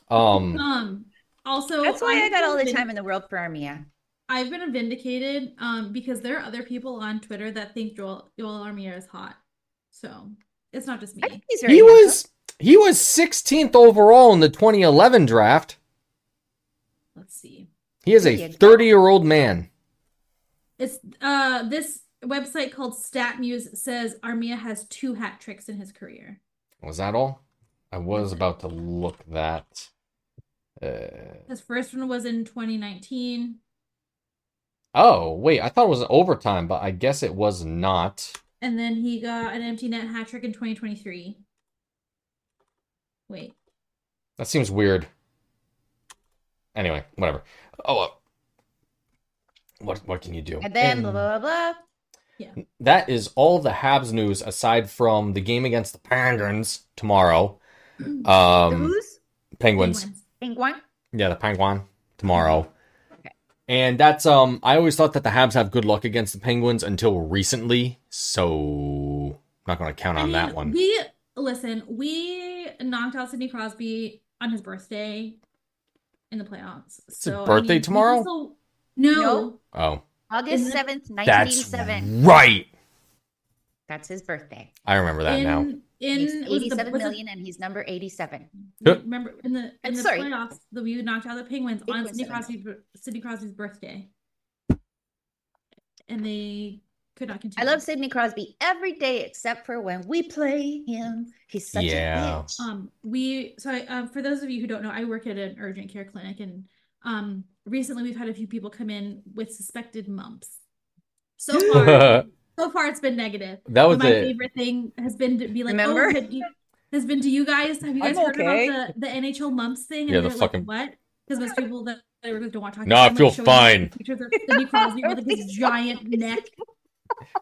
A: Um
C: Um, also,
B: That's why I
C: I've
B: got all the
C: been-
B: time in the world for Armia.
C: I've been vindicated um, because there are other people on Twitter that think Joel Joel Armia is hot. So it's not just me.
B: I think he's very
A: he
B: handsome.
A: was he was 16th overall in the 2011 draft.
C: Let's see.
A: He is a
B: Idiot.
A: 30 year old man.
C: It's uh this website called StatMuse says Armia has two hat tricks in his career.
A: Was that all? I was about to look that. Uh,
C: His first one was in 2019,
A: oh wait, I thought it was overtime, but I guess it was not.
C: and then he got an empty net hat trick in 2023. Wait,
A: That seems weird. Anyway, whatever. Oh, well. what what can you do?
B: and then blah
A: And
B: blah blah. blah.
A: that is all the Habs news aside from the game against the Penguins tomorrow.
B: the
A: Um,
B: who's
A: Penguins.
C: Penguins.
B: Penguin?
A: Yeah, the Penguin tomorrow. And that's um I always thought that the Habs have good luck against the Penguins until recently, so I'm not gonna count
C: I
A: on that
C: mean,
A: one.
C: We listen, we knocked out Sidney Crosby on his birthday in the playoffs.
A: his
C: So I
A: birthday
C: mean, we can
A: tomorrow?
C: still- no,
B: No.
A: oh.
B: August
C: Isn't-
B: seventh, nineteen
A: That's
B: seven.
A: right.
B: That's his birthday.
A: I remember that
C: in
A: now.
C: in
B: He's
C: was it the-
B: eighty-seven
C: was it-
B: million, and he's number eighty-seven.
A: Yep.
C: remember in the
B: I'm
C: in the
B: sorry.
C: playoffs the we knocked out the Penguins on
B: Penguins
C: Sidney
B: seven.
C: Crosby's bir- Sidney Crosby's birthday, and they could not
B: I
C: continue.
B: love Sidney Crosby every day except for when we play him. He's such
A: Yeah.
B: a bitch.
C: Um, we so I, um, for those of you who don't know, I work at an urgent care clinic, and um, recently we've had a few people come in with suspected mumps. So far, so far it's been negative.
A: That was
C: But my
A: it.
C: favorite thing has been to be like, oh,
B: Remember?
C: have you- has been to you guys. Have you
B: I'm
C: guys heard about
B: okay.
C: the the NHL mumps thing? And
A: Yeah, the
C: they're
A: fucking-
C: like, what? Because most people that I work with don't want to talk.
A: No,
C: about
A: I
C: it. I'm,
A: feel
C: like, showing
A: fine.
C: them Pictures of Sidney Crosby with like, this giant neck,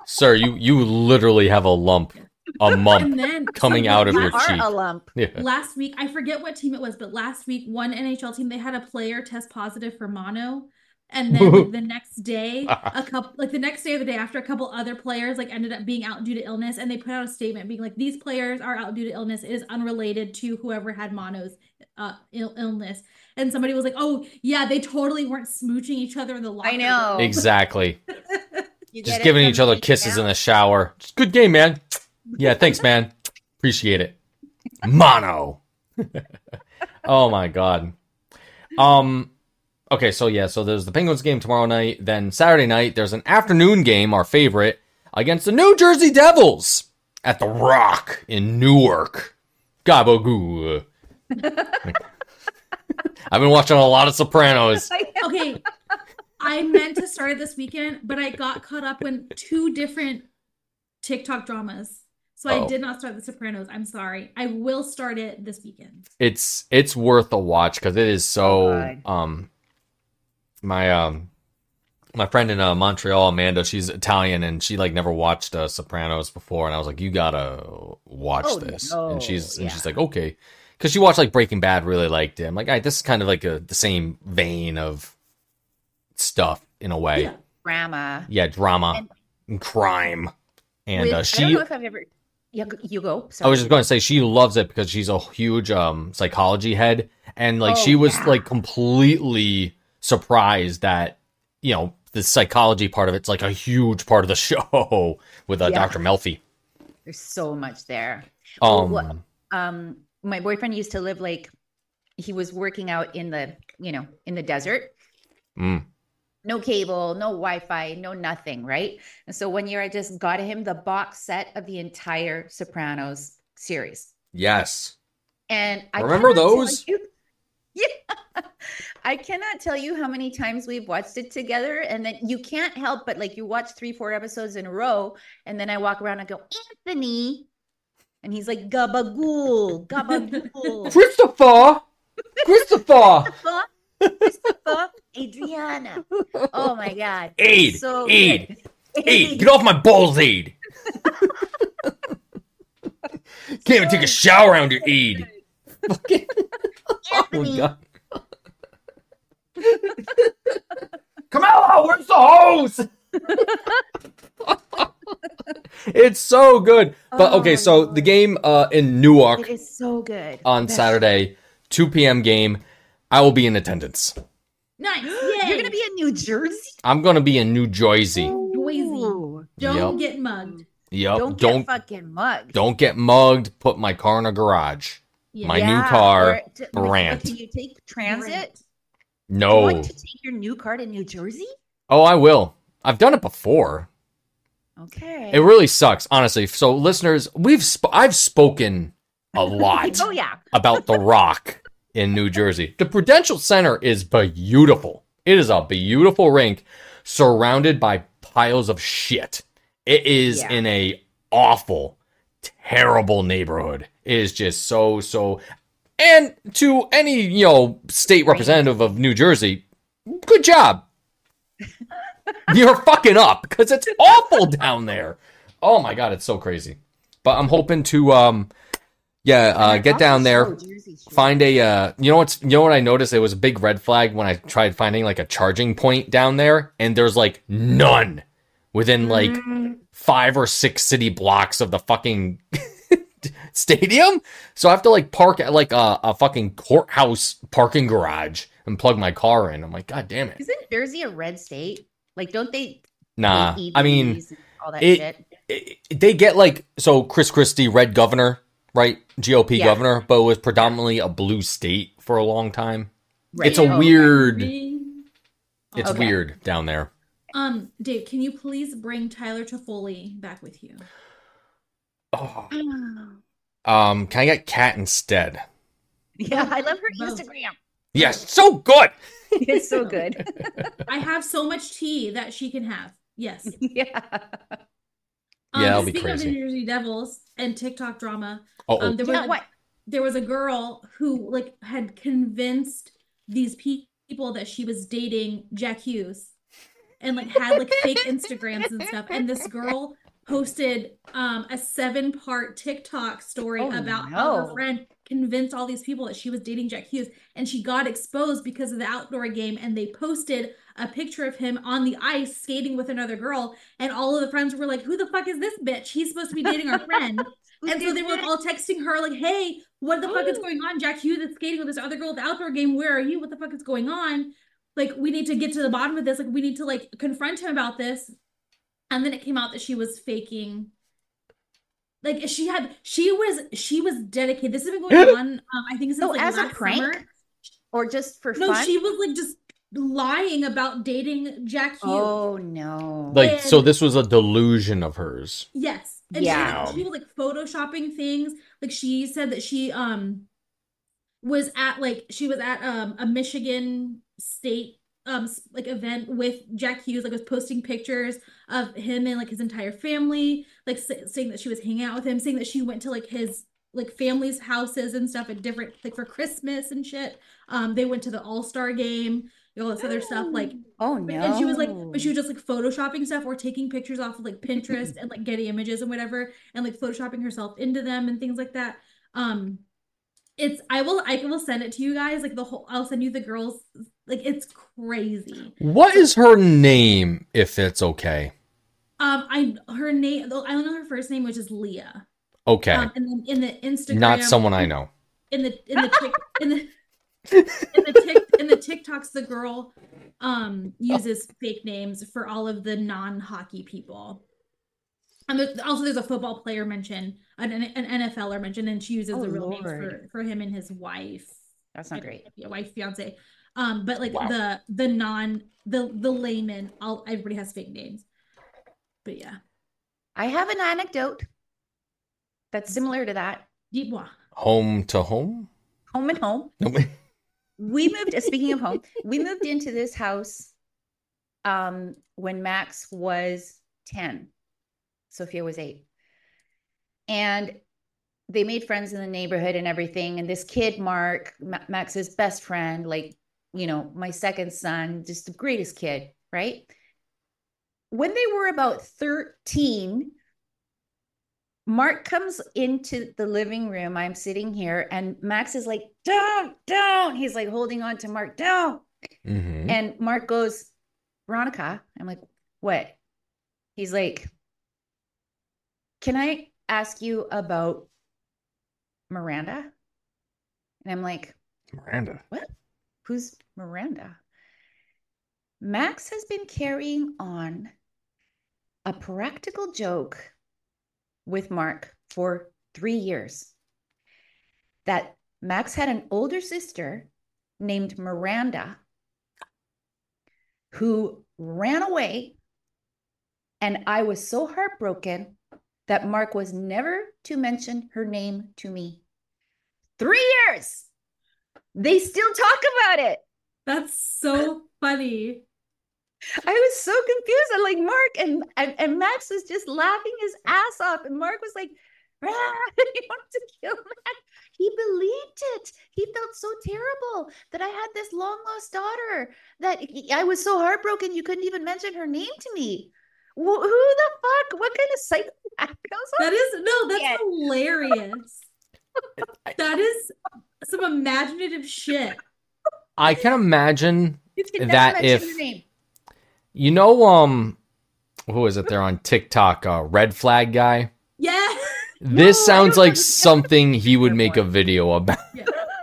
A: Sir, you you literally have a lump. A
C: and
A: mump.
C: then
A: coming
C: so
A: out of
B: You
A: your
B: are
A: cheek.
B: a lump.
A: Yeah.
C: last week i forget what team it was but last week one nhl team they had a player test positive for mono and then like, the next day a couple like the next day or the day after a couple other players like ended up being out due to illness and they put out a statement being like these players are out due to illness it is unrelated to whoever had mono's uh, Ill- illness and somebody was like oh yeah they totally weren't smooching each other in the locker
B: I
C: room."
B: know.
A: Exactly.
B: You get
A: Just
B: it
A: giving
B: from
A: each other
B: hanging
A: kisses in
B: out.
A: the shower. Just good game, man. Yeah, thanks, man. Appreciate it. Mono. oh my god. Um okay, so yeah, so there's the Penguins game tomorrow night, then Saturday night there's an afternoon game, our favorite, against the New Jersey Devils at the Rock in Newark. Gabagoo. I've been watching a lot of Sopranos.
C: okay i meant to start it this weekend but i got caught up in two different tiktok dramas so
A: Oh.
C: i did not start the sopranos i'm sorry i will start it this weekend
A: it's it's worth a watch because it is so
B: Oh, God.
A: um my um my friend in uh, Montreal, Amanda, she's Italian and she like never watched uh, Sopranos before, and I was like, "You gotta watch
B: Oh,
A: this."
B: no.
A: And she's and she's
B: Yeah.
A: like, "Okay," because she watched like Breaking Bad, really liked it. I'm like, "All right, this is kind of like a, the same vein of stuff in a way, yeah,
C: Yeah.
B: Grandma.
A: drama and,
B: And-
A: crime." And
B: With-
A: uh,
B: I don't
A: she
B: know if I've ever. You go. You go.
A: I was
B: Sorry.
A: just going to say she loves it because she's a huge um psychology head and like
B: Oh,
A: she was
B: yeah.
A: like completely surprised that you know the psychology part of it's like a huge part of the show with uh,
B: Yeah.
A: Dr. Melfi.
B: There's so much there. Oh,
A: Um
B: what- um my boyfriend used to live like he was working out in the you know in the desert
A: Mm.
B: no cable no wi-fi no nothing right and so one year i just got him the box set of the entire sopranos series
A: yes.
B: and i
A: Remember
B: cannot tell
A: those?
B: you- yeah i cannot tell you how many times we've watched it together and then you can't help but like you watch three four episodes in a row and then i walk around and go anthony and he's like gabagool gabagool
A: Christopher Christopher
B: Fuck, Christopher, Adriana. Oh my god.
A: Aid,
B: So
A: Aid,
B: good.
A: Hey, get off my balls, Aid. Can't even take a shower around your Aid. Fucking- oh,
B: Anthony.
A: God. Camilla, where's the hose? it's so good. But
B: Oh
A: okay,
B: my
A: so the
B: Lord.
A: game uh, in Newark
B: It is so good.
A: on
B: Yes.
A: Saturday, 2 p.m. game. I will be in attendance.
C: Nice.
B: You're gonna be in New Jersey.
A: I'm gonna be in New Jersey.
C: Noisy.
B: Ooh.
C: Don't get mugged.
A: Yep.
B: don't,
A: Don't don't
B: get fucking mugged.
A: get, mugged. Put my car in a garage.
C: Yeah.
A: My new car,
B: or t-
A: Brant.
B: Can you take transit? You
A: No.
B: want to take your new car to New Jersey?
A: Oh, I will. I've done it before.
B: Okay.
A: It really sucks, honestly. So, listeners, we've sp- I've spoken a lot
B: oh yeah.
A: about The Rock in New Jersey. The Prudential Center is beautiful. It is a beautiful rink surrounded by piles of shit. It is
B: Yeah.
A: in a awful, terrible neighborhood. It is just so so. And to any you know state representative of New Jersey, good job. You're fucking up because it's awful down there. Oh my god, it's so crazy. But I'm hoping to um, yeah, uh, get down there find a uh, you know what's you know what I noticed it was a big red flag when I tried finding like a charging point down there and there's like none within like
B: Mm.
A: five or six city blocks of the fucking stadium so I have to like park at like a, a fucking courthouse parking garage and plug my car in I'm like god damn it
B: Isn't Jersey a red state? Like, don't they?
A: nah
B: hate
A: I mean
B: EVs and all that
A: it-
B: shit.
A: it- they get like so Chris Christie, red governor, right? GOP
B: Yeah.
A: governor, but it was predominantly a blue state for a long time.
B: Right.
A: It's a
B: Oh,
A: weird. It's
C: Okay.
A: weird down there.
C: Um, Dave, can you please bring Tyler Toffoli back with you?
A: Oh. Um, can I get Cat instead?
B: Yeah, I love her
C: Both.
B: Instagram.
A: Yes, so good.
B: It's so good.
C: I have so much tea that she can have. Yes. Um,
B: yeah.
A: Yeah, that'll be
C: speaking
A: crazy.
C: of the New Jersey Devils and TikTok drama,
A: Oh,
C: um, there was
B: Yeah,
C: a-
B: what?
C: there was a girl who like had convinced these pe- people that she was dating Jack Hughes and like had like fake Instagrams and stuff. And this girl posted um a seven part TikTok story
B: Oh,
C: about how
B: no.
C: her friend convinced all these people that she was dating Jack Hughes and she got exposed because of the outdoor game and they posted a picture of him on the ice skating with another girl and all of the friends were like who the fuck is this bitch he's supposed to be dating our friend and so they were like all texting her, like, hey, what the fuck is
B: Oh.
C: going on? Jack Hughes is skating with this other girl at the outdoor game. Where are you? What the fuck is going on? Like, we need to get to the bottom of this. Like, we need to like confront him about this. And then it came out that she was faking. Like she had, she was, she was dedicated. This has been going on. Um, I think since
B: So
C: like
B: Oh, as a
C: last
B: prank
C: summer.
B: or just for
C: No,
B: fun?
C: she was like just lying about dating Jack Hughes.
B: oh no.
A: like so.
C: and-
A: This was a delusion of hers.
C: Yes. And
B: Yeah.
C: she, she was like photoshopping things. Like she said that she um was at like she was at um a Michigan state um s- like event with Jack Hughes, like was posting pictures of him and like his entire family, like sa- saying that she was hanging out with him, saying that she went to like his like family's houses and stuff at different like for Christmas and shit. Um they went to the All-Star game, all this other stuff like
B: oh
C: but-
B: no.
C: And she was like, but she was just like photoshopping stuff or taking pictures off of like Pinterest and like Getty Images and whatever, and like photoshopping herself into them and things like that. Um, it's I will I will send it to you guys like the whole I'll send you the girls like it's crazy.
A: What is her name, if it's okay?
C: Um, I her name though I don't know her first name which is Leah.
A: Okay,
C: Um, and then in the Instagram,
A: not someone I know.
C: in the in the tick, in the in the tick, in the TikToks the girl um uses fake names for all of the non-hockey people. And there, also there's a football player mentioned, an, an NFLer mentioned, er and she uses
B: Oh,
C: the real names
B: Lord.
C: for, for him and his wife.
B: That's not great.
C: Yeah, wife, fiance. Um, but like
A: Wow.
C: the the non the the layman, all everybody has fake names. But yeah.
B: I have an anecdote that's similar to that.
C: Deep moi.
A: Home to home.
B: Home and home.
A: No,
B: we moved speaking of home we moved into this house um when max was 10 sophia was 8 and they made friends in the neighborhood and everything and this kid mark Ma- max's best friend like you know my second son just the greatest kid right when they were about 13 Mark comes into the living room. I'm sitting here, and Max is like, "Don't, don't." He's like holding on to Mark. Don't,
A: Mhm.
B: And Mark goes, Veronica. I'm like, what? He's like, can I ask you about Miranda? And I'm like,
A: Miranda.
B: who's Miranda? Max has been carrying on a practical joke with Mark for three years. That Max had an older sister named Miranda who ran away. And I was so heartbroken that Mark was never to mention her name to me. Three years! They still talk about it.
C: That's so funny.
B: I was so confused. I'm like, Mark, and, and and Max was just laughing his ass off, and Mark was like, "Ah, "He wanted to kill Max." He believed it. He felt so terrible that I had this long lost daughter that I was so heartbroken you couldn't even mention her name to me. Wh- who the fuck? What kind of psychopath? I was like,
C: That is no, that's
B: Yeah.
C: hilarious. That is some imaginative shit.
A: I can imagine
B: you can never
A: that
B: mention
A: if-
B: her name.
A: you know um who is it there on TikTok, uh red flag guy?
C: Yeah.
A: This
B: No, I
A: sounds
B: don't
A: like
B: know.
A: something he would make a
B: Airborne.
A: video about.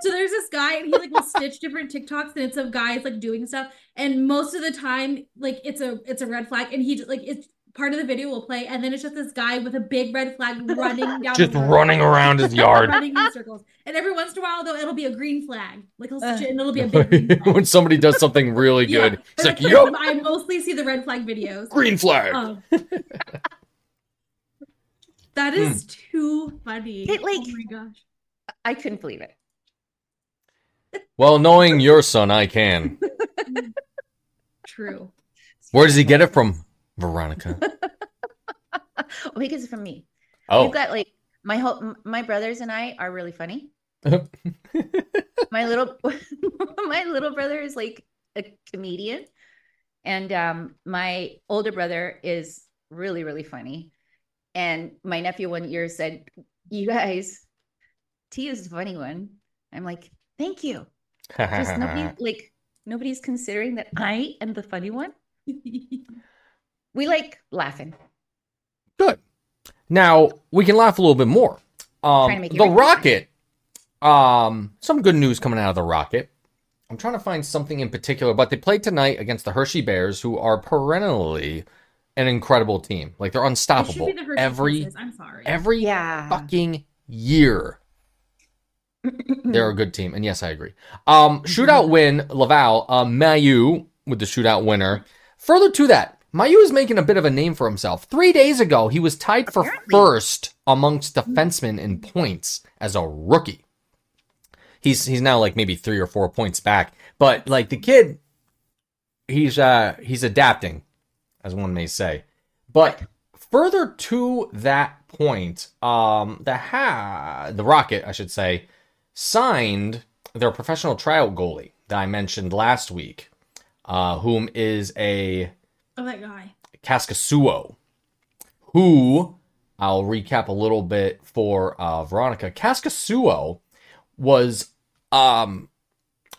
C: So there's this guy and he like will stitch different TikToks and it's of guys like doing stuff. And most of the time, like it's a it's a red flag and he just like it's part of the video will play and then it's just this guy with a big red flag running down
A: Just
C: the road.
A: running around his yard.
C: running in circles. And every once in a while though it'll be a green flag. Like he'll stitch it and it'll be a big green flag.
A: when somebody does something really
C: Yeah,
A: good,
C: but
A: it's like,
C: that's
A: yo,
C: what I mostly see the red flag videos.
A: green flag.
C: Oh. that is
A: Hmm.
C: too funny.
B: It, like-
C: oh my gosh.
B: I couldn't believe it.
A: Well, knowing your son, I can.
C: True.
A: Where does he get it from? Veronica.
B: Oh, he gets it from me.
A: Oh,
B: We've got like my whole m- my brothers and I are really funny. my little my little brother is like a comedian, and um, my older brother is really really funny. And my nephew one year said, "You guys, T is the funny one." I'm like, "Thank you." Just nobody like nobody's considering that I am the funny one. We like laughing.
A: good. Now we can laugh a little bit more.
B: Trying to
A: Um,
B: make you
A: the
B: rich.
A: rocket. Um, some good news coming out of the rocket. I'm trying to find something in particular, but they played tonight against the Hershey Bears, who are perennially an incredible team. Like they're
C: It should
A: unstoppable
C: be the Hershey
A: every
C: Kisses. I'm sorry.
A: every
B: Yeah.
A: fucking year. They're a good team, and yes, I agree. Um, shootout win, Laval. Uh, Mayu with the shootout winner. Further to that, Mayu is making a bit of a name for himself. Three days ago, he was tied for first amongst defensemen in points as a rookie. He's he's now like maybe three or four points back, but like the kid, he's uh he's adapting, as one may say. But further to that point, um, the ha the Rocket, I should say, signed their professional tryout goalie that I mentioned last week, uh, whom is a
C: Oh that guy.
A: Kaskasuo, who I'll recap a little bit for uh, Veronica. Kaskasuo was um,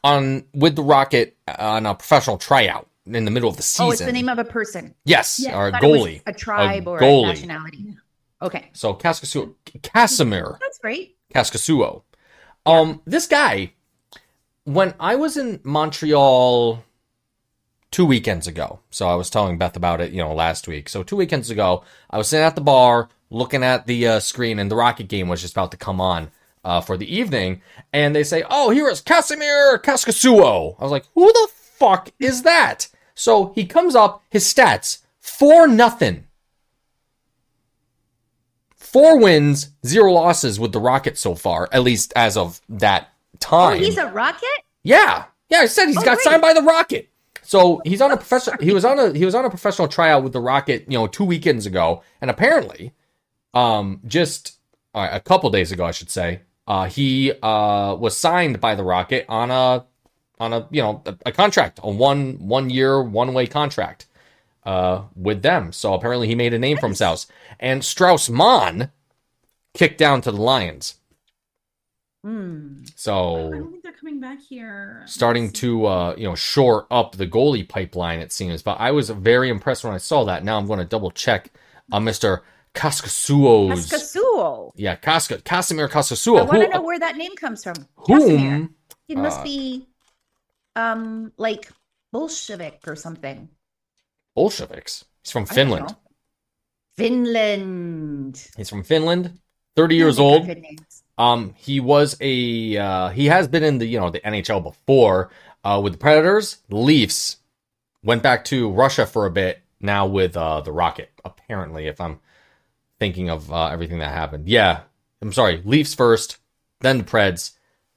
A: on with the Rocket on a professional tryout in the middle of the season.
B: Oh, it's the name of a person.
A: yes,
C: Yeah,
A: or a
B: thought it was
A: goalie.
B: a tribe, or
A: goalie.
B: a nationality. Okay,
A: So Kaskasuo, Casimir,
B: that's great.
A: Kaskasuo. Um, this guy, when I was in Montreal two weekends ago, so I was telling Beth about it, you know, last week. So two weekends ago, I was sitting at the bar looking at the uh, screen, and the Rocket game was just about to come on uh, for the evening, and they say, "Oh, here is Casimir Kaskasuo." I was like, "Who the fuck is that?" So he comes up, his stats for nothing. Four wins, zero losses with the Rocket so far, at least as of that
B: Oh,
A: time.
B: he's a rocket.
A: Yeah, yeah. I said he's
B: Oh,
A: got
B: great. Oh,
A: signed by the Rocket. So he's on a professional. He was on a he was on a professional tryout with the Rocket, you know, two weekends ago, and apparently, um, just uh, a couple days ago, I should say, uh, he uh was signed by the Rocket on a on a you know a, a contract, a one one year one way contract, uh, with them. So apparently, he made a name for himself. And Strauss Mon kicked down to the Lions.
B: Hmm.
A: So
C: I don't think they're coming back here.
A: Oh. starting to uh, you know shore up the goalie pipeline it seems but i was very impressed when i saw that now i'm going to double check uh, mr kaskasuo's
B: Cascasuo.
A: yeah Casca casimir
B: I
A: kaskasuo
B: want to know
A: who, uh,
B: where that name comes from. Casimir.
A: whom
B: It must
A: uh,
B: be um like Bolshevik or something.
A: bolsheviks he's from
B: I don't
A: finland
B: know. Finland.
A: he's from finland 30
B: Yeah,
A: years
B: they got
A: old
B: good names.
A: Um, he was a uh, he has been in the you know the NHL before uh, with the Predators, Leafs, went back to Russia for a bit. Now with uh, the Rocket, apparently, if I'm thinking of uh, everything that happened. Yeah, I'm sorry, Leafs first, then the Preds,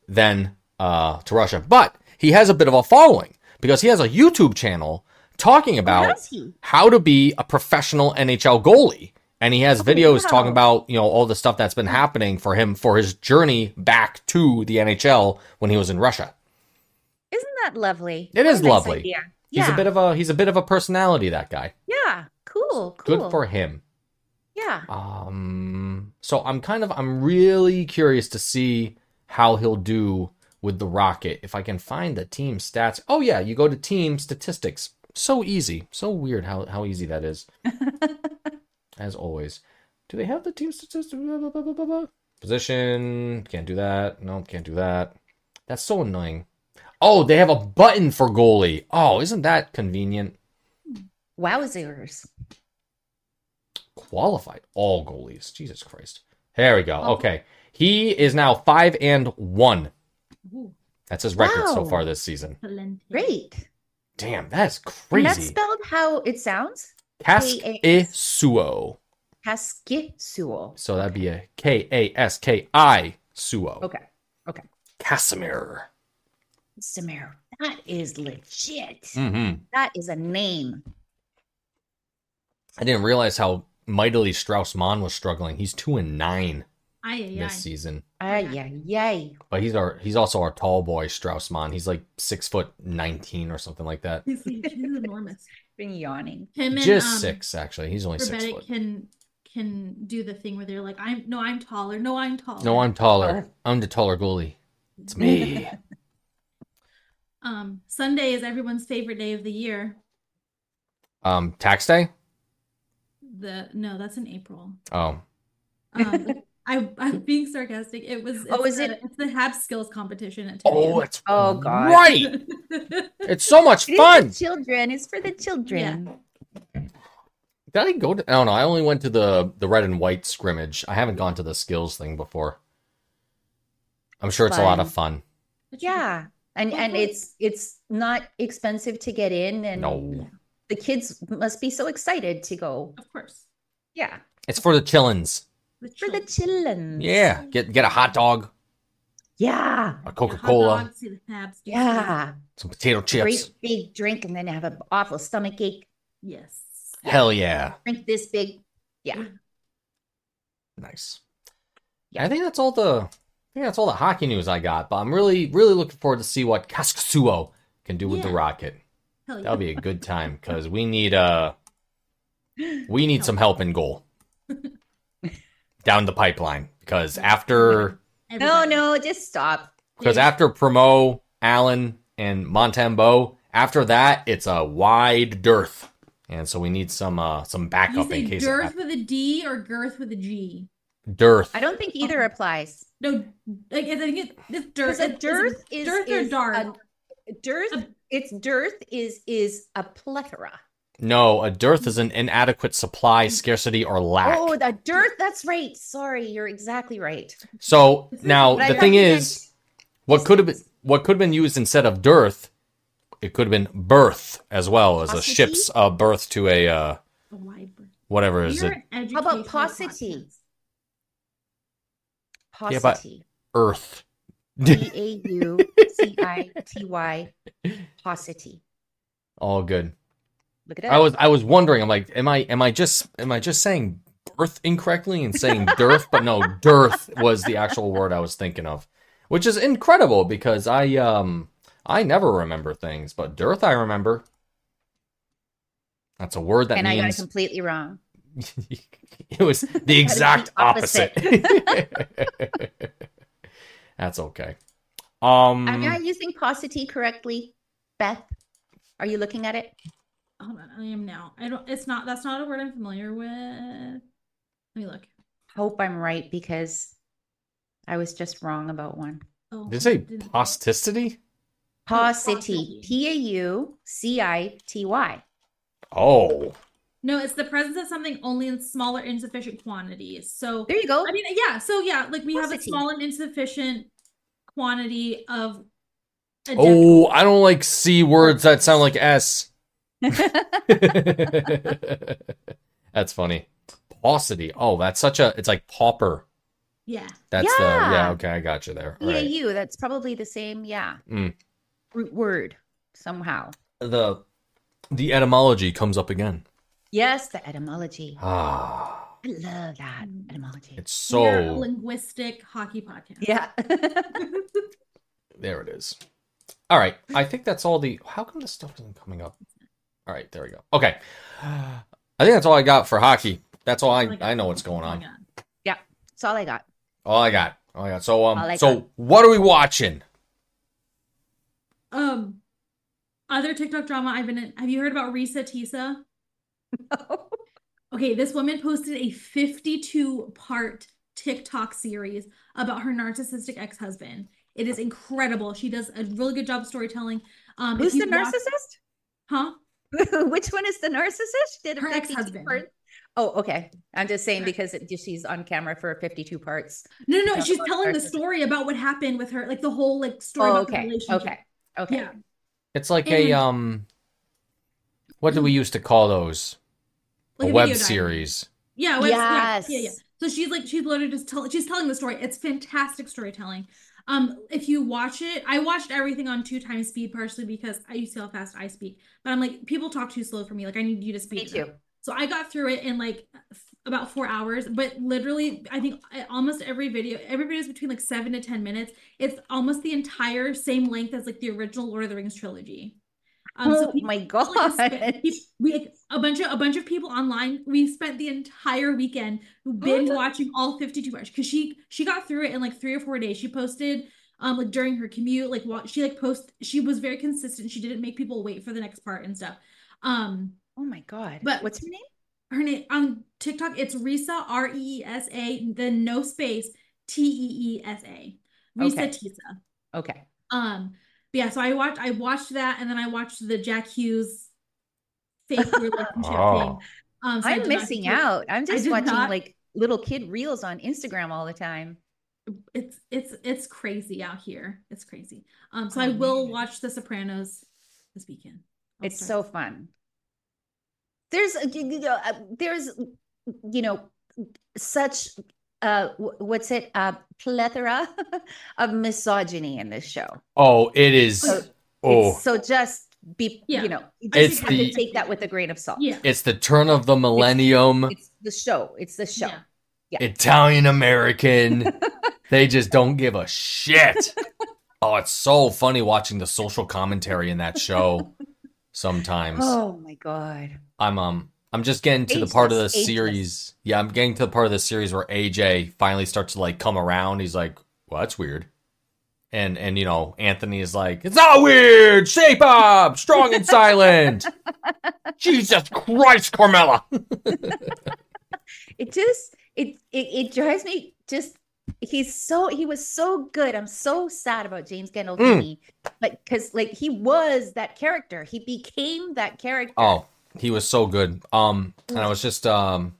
A: then uh, to Russia. But he has a bit of a following because he has a YouTube channel talking
B: How
A: about
B: Oh, does he?
A: how to be a professional NHL goalie. And he has videos
B: Oh, wow.
A: talking about, you know, all the stuff that's been happening for him for his journey back to the NHL when he was in Russia.
B: Isn't that lovely?
A: It
B: What a
A: is
B: nice
A: lovely.
B: idea.
A: He's
B: Yeah.
A: a bit of a he's a bit of a personality that guy.
B: yeah. Cool. Cool.
A: Good for him.
B: Yeah.
A: Um so I'm kind of I'm really curious to see how he'll do with the Rocket if I can find the team stats. Oh yeah, you go to team statistics. So easy. So weird how how easy that is. as always. Do they have the team statistics? Blah, blah, blah, blah, blah, blah. Position. Can't do that. No, can't do that. That's so annoying. Oh, they have a button for goalie. Oh, isn't that convenient?
B: Wowzers.
A: Qualified all goalies. Jesus Christ. There we go. Okay. He is now five and one.
C: Ooh,
A: That's his record so
B: Wow.
A: far this season.
C: Valente.
B: Great.
A: Damn, that's
B: And that's
A: crazy.
B: spelled how it sounds.
A: Kask
B: K-A-
A: Isuo.
B: Kaskisuo.
A: So that'd be a K A S K I Suo.
B: Okay.
A: Casimir.
B: Samir. That is legit.
A: Mm-hmm.
B: That is a name.
A: I didn't realize how mightily Strauss Mann was struggling. He's two and nine
C: Ay, ay,
A: this
C: ay.
A: season,
B: Ay, ay, yay.
A: but he's our he's also our tall boy Strauss Mann. He's like six foot nineteen or something like that.
C: He's, like- he's enormous.
B: Been yawning.
C: Him and
A: Just
C: um,
A: six, actually. He's only six
C: Rebecca
A: foot.
C: can can do the thing where they're like, I'm no, I'm taller. No, I'm taller.
A: No, I'm taller. I'm the taller goalie. It's me.
C: Um, Sunday is everyone's favorite day of the year.
A: um, tax day.
C: The no, that's in April.
A: Oh,
C: Um, I I'm being sarcastic. It was.
B: Oh,
C: it's
B: is it-
C: the- It's the Hab Skills competition at 10
A: oh,
C: a.m.
A: it's
B: Oh, God.
A: right. It's so much
B: It is for
A: fun.
B: children. It's for the children.
A: Did I go to? I don't know. I only went to the the red and white scrimmage. I haven't gone to the skills thing before. I'm sure it's a lot of fun.
B: Yeah. And and it's it's not expensive to get in and
A: No.
B: the kids must be so excited to go.
C: Of course.
B: Yeah.
A: It's for the chillins.
C: The
B: For the children.
C: children.
A: Yeah, get get a hot dog,
B: Yeah.
A: a
C: Yeah, hot
A: Coca Cola,
C: dogs, see the Habs do stuff.
B: Yeah.
A: some potato chips.
B: Great big drink and then have an awful stomach ache.
C: Yes.
A: Hell yeah,
B: Drink this big. Yeah.
A: nice. Yeah, I think that's all the. I think that's all the hockey news I got. But I'm really, really looking forward to see what Kaskasuo can do with the
C: Yeah.
A: Rocket.
C: Hell yeah.
A: That'll be a good time because we need uh we need some help in goal down the pipeline because after
B: No,
C: Everybody.
B: no, just stop.
A: because
C: Yeah.
A: after Promo, Allen, and Montembeau, after that it's a wide dearth, and so we need some uh some
C: Did you
A: backup in
C: say
A: case it
C: girth
A: happens.
C: with a D or girth with a G?
A: dearth.
B: I don't think either applies.
C: No, like, I think it, it's dearth.
B: Because a
C: It's- it's
B: dearth is
C: dearth or
B: is
C: darth.
B: a- dearth.
C: A-
B: It's dearth is is a plethora.
A: No, a dearth is an inadequate supply, scarcity, or lack.
B: Mm. Oh, the dearth. That's right. Sorry, you're exactly right.
A: so now
B: But I
A: the
B: thought
A: thing
B: you
A: is, what could have been what could have been used instead of dearth, it could have been birth as well as a
B: Paucity?
A: ship's uh, birth to a uh,
C: A wide berth.
A: whatever is
C: You're
A: it
C: an educational
B: about paucity?
C: podcast.
B: meant
A: Yeah, but-
B: paucity.
A: earth.
B: P a u c i t y. Paucity.
A: All good.
B: Look it
A: I
B: up.
A: was I was wondering. I'm like, am I am I just am I just saying birth incorrectly and saying dearth? But no, dearth was the actual word I was thinking of, which is incredible because I um I never remember things, but dearth I remember. That's a word that
B: and I got it
A: means
B: completely wrong.
A: it was the exact
B: opposite.
A: opposite. That's okay. Um,
B: Am I using paucity correctly, Beth? Are you looking at it?
C: Hold on, I am now. I don't. It's not. That's not a word I'm familiar with. Let me look.
B: Hope I'm right because I was just wrong about one.
C: Oh,
A: did it say
C: didn't-
A: posticity?
B: Paucity.
C: paucity.
B: P A U C I T Y.
A: Oh,
C: No, it's the presence of something only in smaller, insufficient quantities. So
B: There you go.
C: I mean, yeah. So yeah, like we have a
B: Paucity.
C: small and insufficient quantity of. A
A: oh, I don't like c words that sound like s. that's funny. Paucity. Oh, that's such a. It's like pauper.
C: yeah,
A: That's
B: Yeah.
A: the yeah. Okay, I got you there. All
B: P E A
A: right.
B: U. That's probably the same. Yeah.
A: Mm.
B: Root word somehow.
A: The the etymology comes up again.
B: Yes, the etymology.
A: Ah,
B: I love that etymology.
A: it's
C: We are a
A: so
C: linguistic hockey podcast.
B: yeah.
A: there. It is. All right. I think that's all the. How come this stuff isn't coming up? All right, there we go. Okay, I think that's all I got for hockey. That's all I I know what's going on.
B: That's all I got.
A: All I got. All I got. So um.
B: All I
A: so
B: got.
A: what are we watching?
C: Um, other TikTok drama I've been in. Have you heard about Risa Tisa? Oh. Okay, this woman posted a 52 part TikTok series about her narcissistic ex husband. It is incredible. She does a really good job storytelling. Um, if
B: Who's the
C: you watch-
B: narcissist?
C: Huh?
B: Which one is the narcissist? Did a
C: Her
B: 52
C: ex-husband.
B: part- Oh, okay. I'm just saying
C: Her-
B: because it, she's on camera for 52 parts.
C: No, no, no.
B: Talk
C: She's
B: about
C: telling the
B: narcissism.
C: story about what happened with her, like the whole like story
B: Oh,
C: about the
B: okay.
C: relationship.
B: Okay. Okay.
C: Yeah.
A: It's like a
B: Mm.
C: And-
A: um what do we used to call those?
C: Like
A: a
C: a
A: web
C: video diary.
A: series.
C: Yeah, web, yeah, yeah, yeah.
B: Yes.
C: So she's like she's literally just tell, she's telling the story. It's fantastic storytelling. Um, if you watch it, I watched everything on two times speed partially because I used to how fast I speak, but I'm like people talk too slow for me. Like I need you to speed
B: Me
C: it up.
B: too.
C: So I got through it in like f- about four hours, but literally, I think I- almost every video, every video is between like seven to 10 minutes. It's almost the entire same length as like the original Lord of the Rings trilogy. Um, so
B: oh
C: we
B: my
C: literally
B: god.
C: spent- we- we like, a bunch of a bunch of people online. We spent the entire weekend binge
B: Oh.
C: watching all 52 hours because she she got through it in like three or four days. She posted um like during her commute, like while she like post she was very consistent. She didn't make people wait for the next part and stuff. Um,
B: Oh my god.
C: But-
B: what's her name?
C: her name on TikTok, it's Risa, R E E S A, then no space, T E E S A. Risa
B: Okay.
C: Tisa.
B: Okay.
C: Um, but yeah, so I watched I watched that and then I watched the Jack Hughes fake relationship
A: Oh.
C: thing. Um, so I
B: I'm
C: did not
B: missing
C: continue.
B: out. I'm just
C: did
B: watching
C: not-
B: like little kid reels on Instagram all the time.
C: It's it's it's crazy out here. It's crazy. Um, so
B: Oh,
C: I will
B: man.
C: watch The Sopranos this weekend. I'll
B: It's so
C: start.
B: fun. There's uh, you know, uh, there's you know such uh wh- what's it uh plethora of misogyny in this show.
A: Oh, it is
B: So-
A: oh,
B: It's- so just be
C: Yeah.
B: you know you
C: I
A: It's
B: just have
C: think I
A: the-
B: to
C: could
B: take that with a grain of salt.
C: Yeah.
A: it's the turn of the millennium,
B: It's the show. It's the show.
C: Yeah.
A: Italian American. they just don't give a shit. Oh, it's so funny watching the social commentary in that show sometimes.
B: Oh my god.
A: I'm um I'm just getting to the part of the
B: Ageless, ageless.
A: series. Yeah, I'm getting to the part of the series where AJ finally starts to like come around. He's like, "Well, that's weird," and and you know Anthony is like, "It's not weird. Shape up, strong and silent." Jesus Christ, Carmela.
B: It just it it, it drives me just he's so he was so good. I'm so sad about James Gandolfini.
A: Mm.
B: Like cuz like he was that character. He became that character.
A: Oh, he was so good. Um, and I was just um,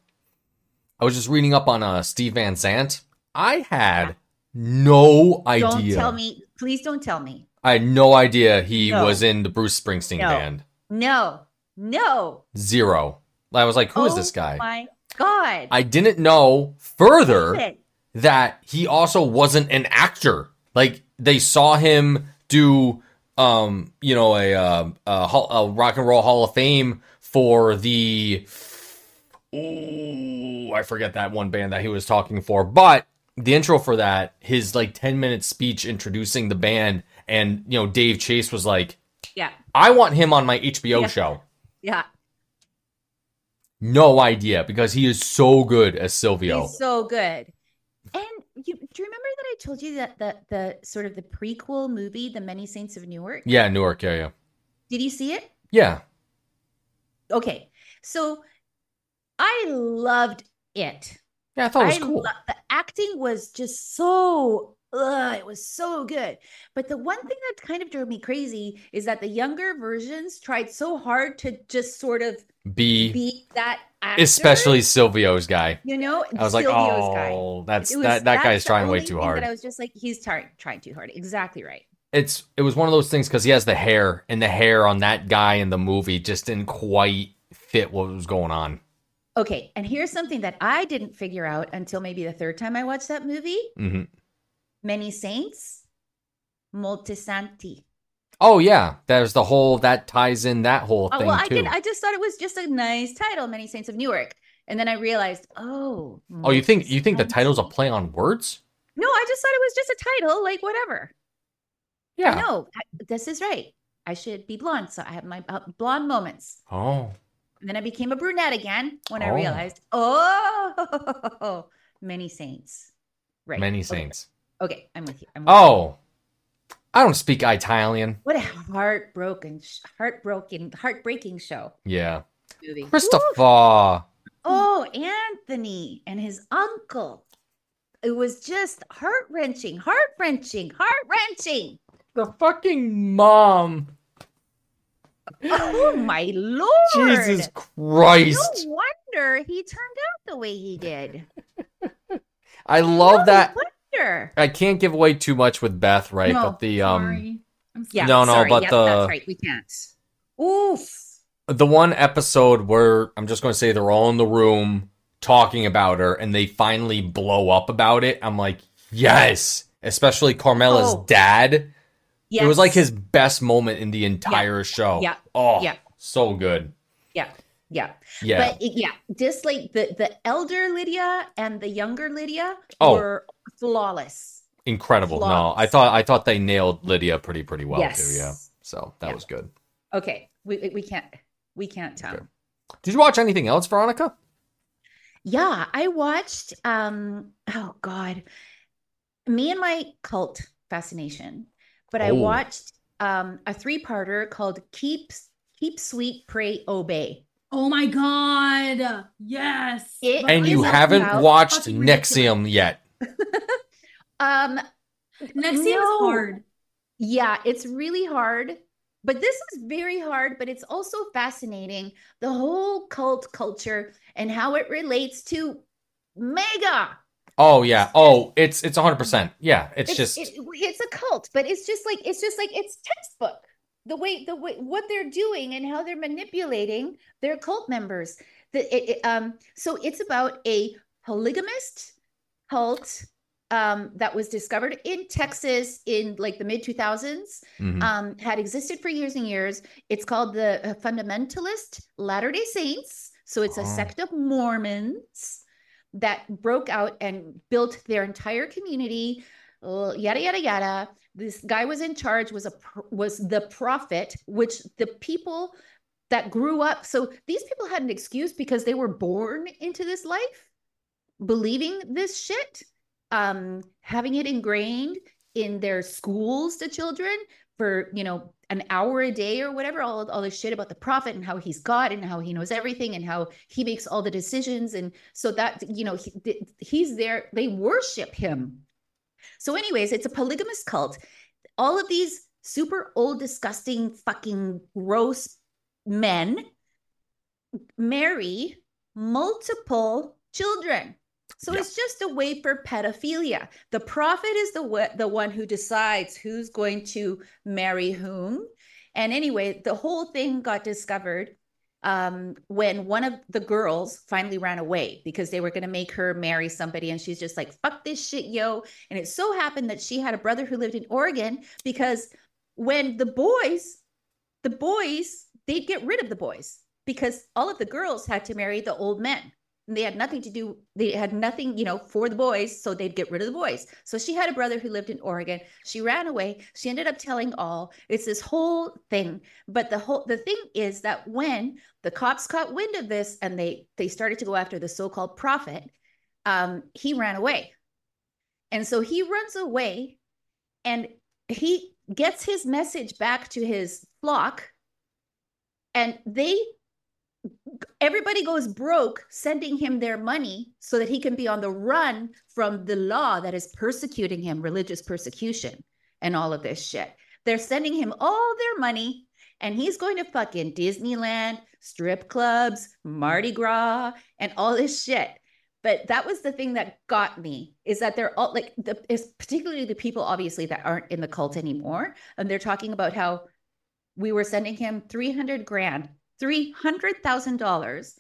A: I was just reading up on uh Steve Van Zandt. I had no idea.
B: don't tell me. Please don't tell me.
A: I had no idea he
B: No.
A: was in the Bruce Springsteen
B: No.
A: band.
B: No. No.
A: zero. I was like, who is
B: Oh
A: this guy?
B: My god.
A: I didn't know further
B: Shit.
A: that he also wasn't an actor. Like they saw him do, um, you know, a, uh, a, hall- a rock and roll Hall of Fame for the. Ooh, I forget that one band that he was talking for, but the intro for that, his like ten minute speech introducing the band, and you know, Dave Chase was like,
B: Yeah.
A: "I want him on my HBO
B: Yeah.
A: show."
B: Yeah.
A: No idea because he is so good as Silvio.
B: He's so good. And you, do you remember that I told you that the the sort of the prequel movie, The Many Saints of Newark?
A: Yeah, Newark area.
B: Did you see it?
A: Yeah.
B: Okay, so I loved it.
A: Yeah, I thought it was
B: I
A: cool.
B: lo- the acting was just so ugh, it was so good. But the one thing that kind of drove me crazy is that the younger versions tried so hard to just sort of
A: B,
B: be that actor.
A: especially Silvio's guy.
B: you know,
A: I was like,
B: Silvio's guy.
A: oh, that's
B: It was-
A: that that guy's
B: that's the
A: trying way
B: only
A: too
B: thing
A: hard.
B: That I was just like, he's tar- trying too hard. Exactly right.
A: it's it was one of those things because he has the hair and the hair on that guy in the movie just didn't quite fit what was going on.
B: Okay, and here's something that I didn't figure out until maybe the third time I watched that movie:
A: hmm
B: Many Saints, Moltisanti.
A: Oh yeah, there's the whole that ties in that whole
B: Oh,
A: thing
B: well, I
A: too.
B: did. I just thought it was just a nice title, Many Saints of Newark, and then I realized, oh,
A: oh, you think you think the
B: Moltisanti.
A: title's a play on words?
B: No, I just thought it was just a title, like whatever.
A: Yeah.
B: No, I, this is right. I should be blonde, so I have my uh, blonde moments.
A: Oh,
B: And then I became a brunette again when I
A: Oh.
B: realized, oh, many saints. Right.
A: many
B: okay,
A: saints.
B: Okay, I'm with you. I'm with you.
A: Oh, I don't speak Italian.
B: what a heartbroken, sh- heartbroken, heartbreaking show
A: Yeah,
B: movie.
A: Christopher.
B: Oh, Anthony and his uncle. It was just heart wrenching, heart wrenching, heart wrenching.
A: The fucking mom.
B: Oh my lord!
A: Jesus
B: No
A: Christ.
B: wonder he turned out the way he did.
A: I love
B: No
A: that.
B: Wonder.
A: I can't give away too much with Beth, right?
B: No,
A: but the um
C: Sorry. I'm sorry.
B: Yeah.
A: No, no,
B: sorry,
A: but
B: yeah,
A: the-
B: that's right. We can't. Oof.
A: the one episode where I'm just going to say they're all in the room talking about her and they finally blow up about it. I'm like, yes, especially Carmela's
B: Oh.
A: dad. It was like
B: Yes.
A: his best moment in the entire show.
B: Yeah.
A: Oh,
B: Yeah.
A: so good.
B: Yeah.
A: Yeah.
B: But it- yeah, just like the the elder Lydia and the younger Lydia
A: Oh.
B: were flawless.
A: Incredible. No,
B: Flawless.
A: I thought I thought they nailed Lydia pretty pretty well
B: yes.
A: too. Yeah. So that
B: Yeah.
A: was good.
B: Okay. We we can't we can't tell.
A: Okay. Did you watch anything else, Veronica?
B: Yeah, I watched um oh God. Me and my cult fascination. But I
A: Oh.
B: watched um a three-parter called Keep Keep Sweet, Pray, Obey.
C: Oh my god. Yes.
B: It-
C: But
A: And
C: I
A: you
C: love
A: haven't
C: that.
A: watched
C: Fucking ridiculous.
A: Nexium yet.
B: Um
C: Nexium's
B: No.
C: hard.
B: Yeah, it's really hard, but this is very hard, but it's also fascinating the whole cult culture and how it relates to mega.
A: Oh yeah. Oh, it's it's 100%. Yeah, it's, just
B: it- it's a cult, but it's just like it's just like it's textbook. The way the way what they're doing and how they're manipulating their cult members. The it, it, um so it's about a polygamist cult um that was discovered in Texas in like the mid 2000s
A: mhm.
B: um, had existed for years and years. It's called the uh, Fundamentalist Latter day Saints. So it's
A: Oh.
B: a sect of Mormons that broke out and built their entire community. l- Yada yada yada. This guy was in charge. Was a pr- was the prophet, which the people that grew up. So these people had an excuse because they were born into this life, believing this shit, um, having it ingrained in their schools to children for you know an hour a day or whatever all all this shit about the prophet and how he's god and how he knows everything and how he makes all the decisions and so that you know he, th- he's there they worship him so anyways it's a polygamous cult all of these super old disgusting fucking gross men marry multiple children so
A: Yeah.
B: it's just a way for pedophilia. The prophet is the wa- the one who decides who's going to marry whom. And anyway, the whole thing got discovered um, when one of the girls finally ran away because they were going to make her marry somebody, and she's just like, "Fuck this shit, yo!" And it so happened that she had a brother who lived in Oregon because when the boys, the boys, they'd get rid of the boys because all of the girls had to marry the old men and they had nothing to do they had nothing you know for the boys so they'd get rid of the boys so she had a brother who lived in oregon she ran away she ended up telling all it's this whole thing but the whole the thing is that when the cops caught wind of this and they they started to go after the so-called prophet um, he ran away And so he runs away and he gets his message back to his flock. And they, everybody goes broke sending him their money so that he can be on the run from the law that is persecuting him, religious persecution, and all of this shit. They're sending him all their money and he's going to fucking Disneyland, strip clubs, Mardi Gras, and all this shit. But that was the thing that got me is that they're all like the is particularly the people obviously that aren't in the cult anymore, and they're talking about how we were sending him three hundred grand, three hundred thousand dollars.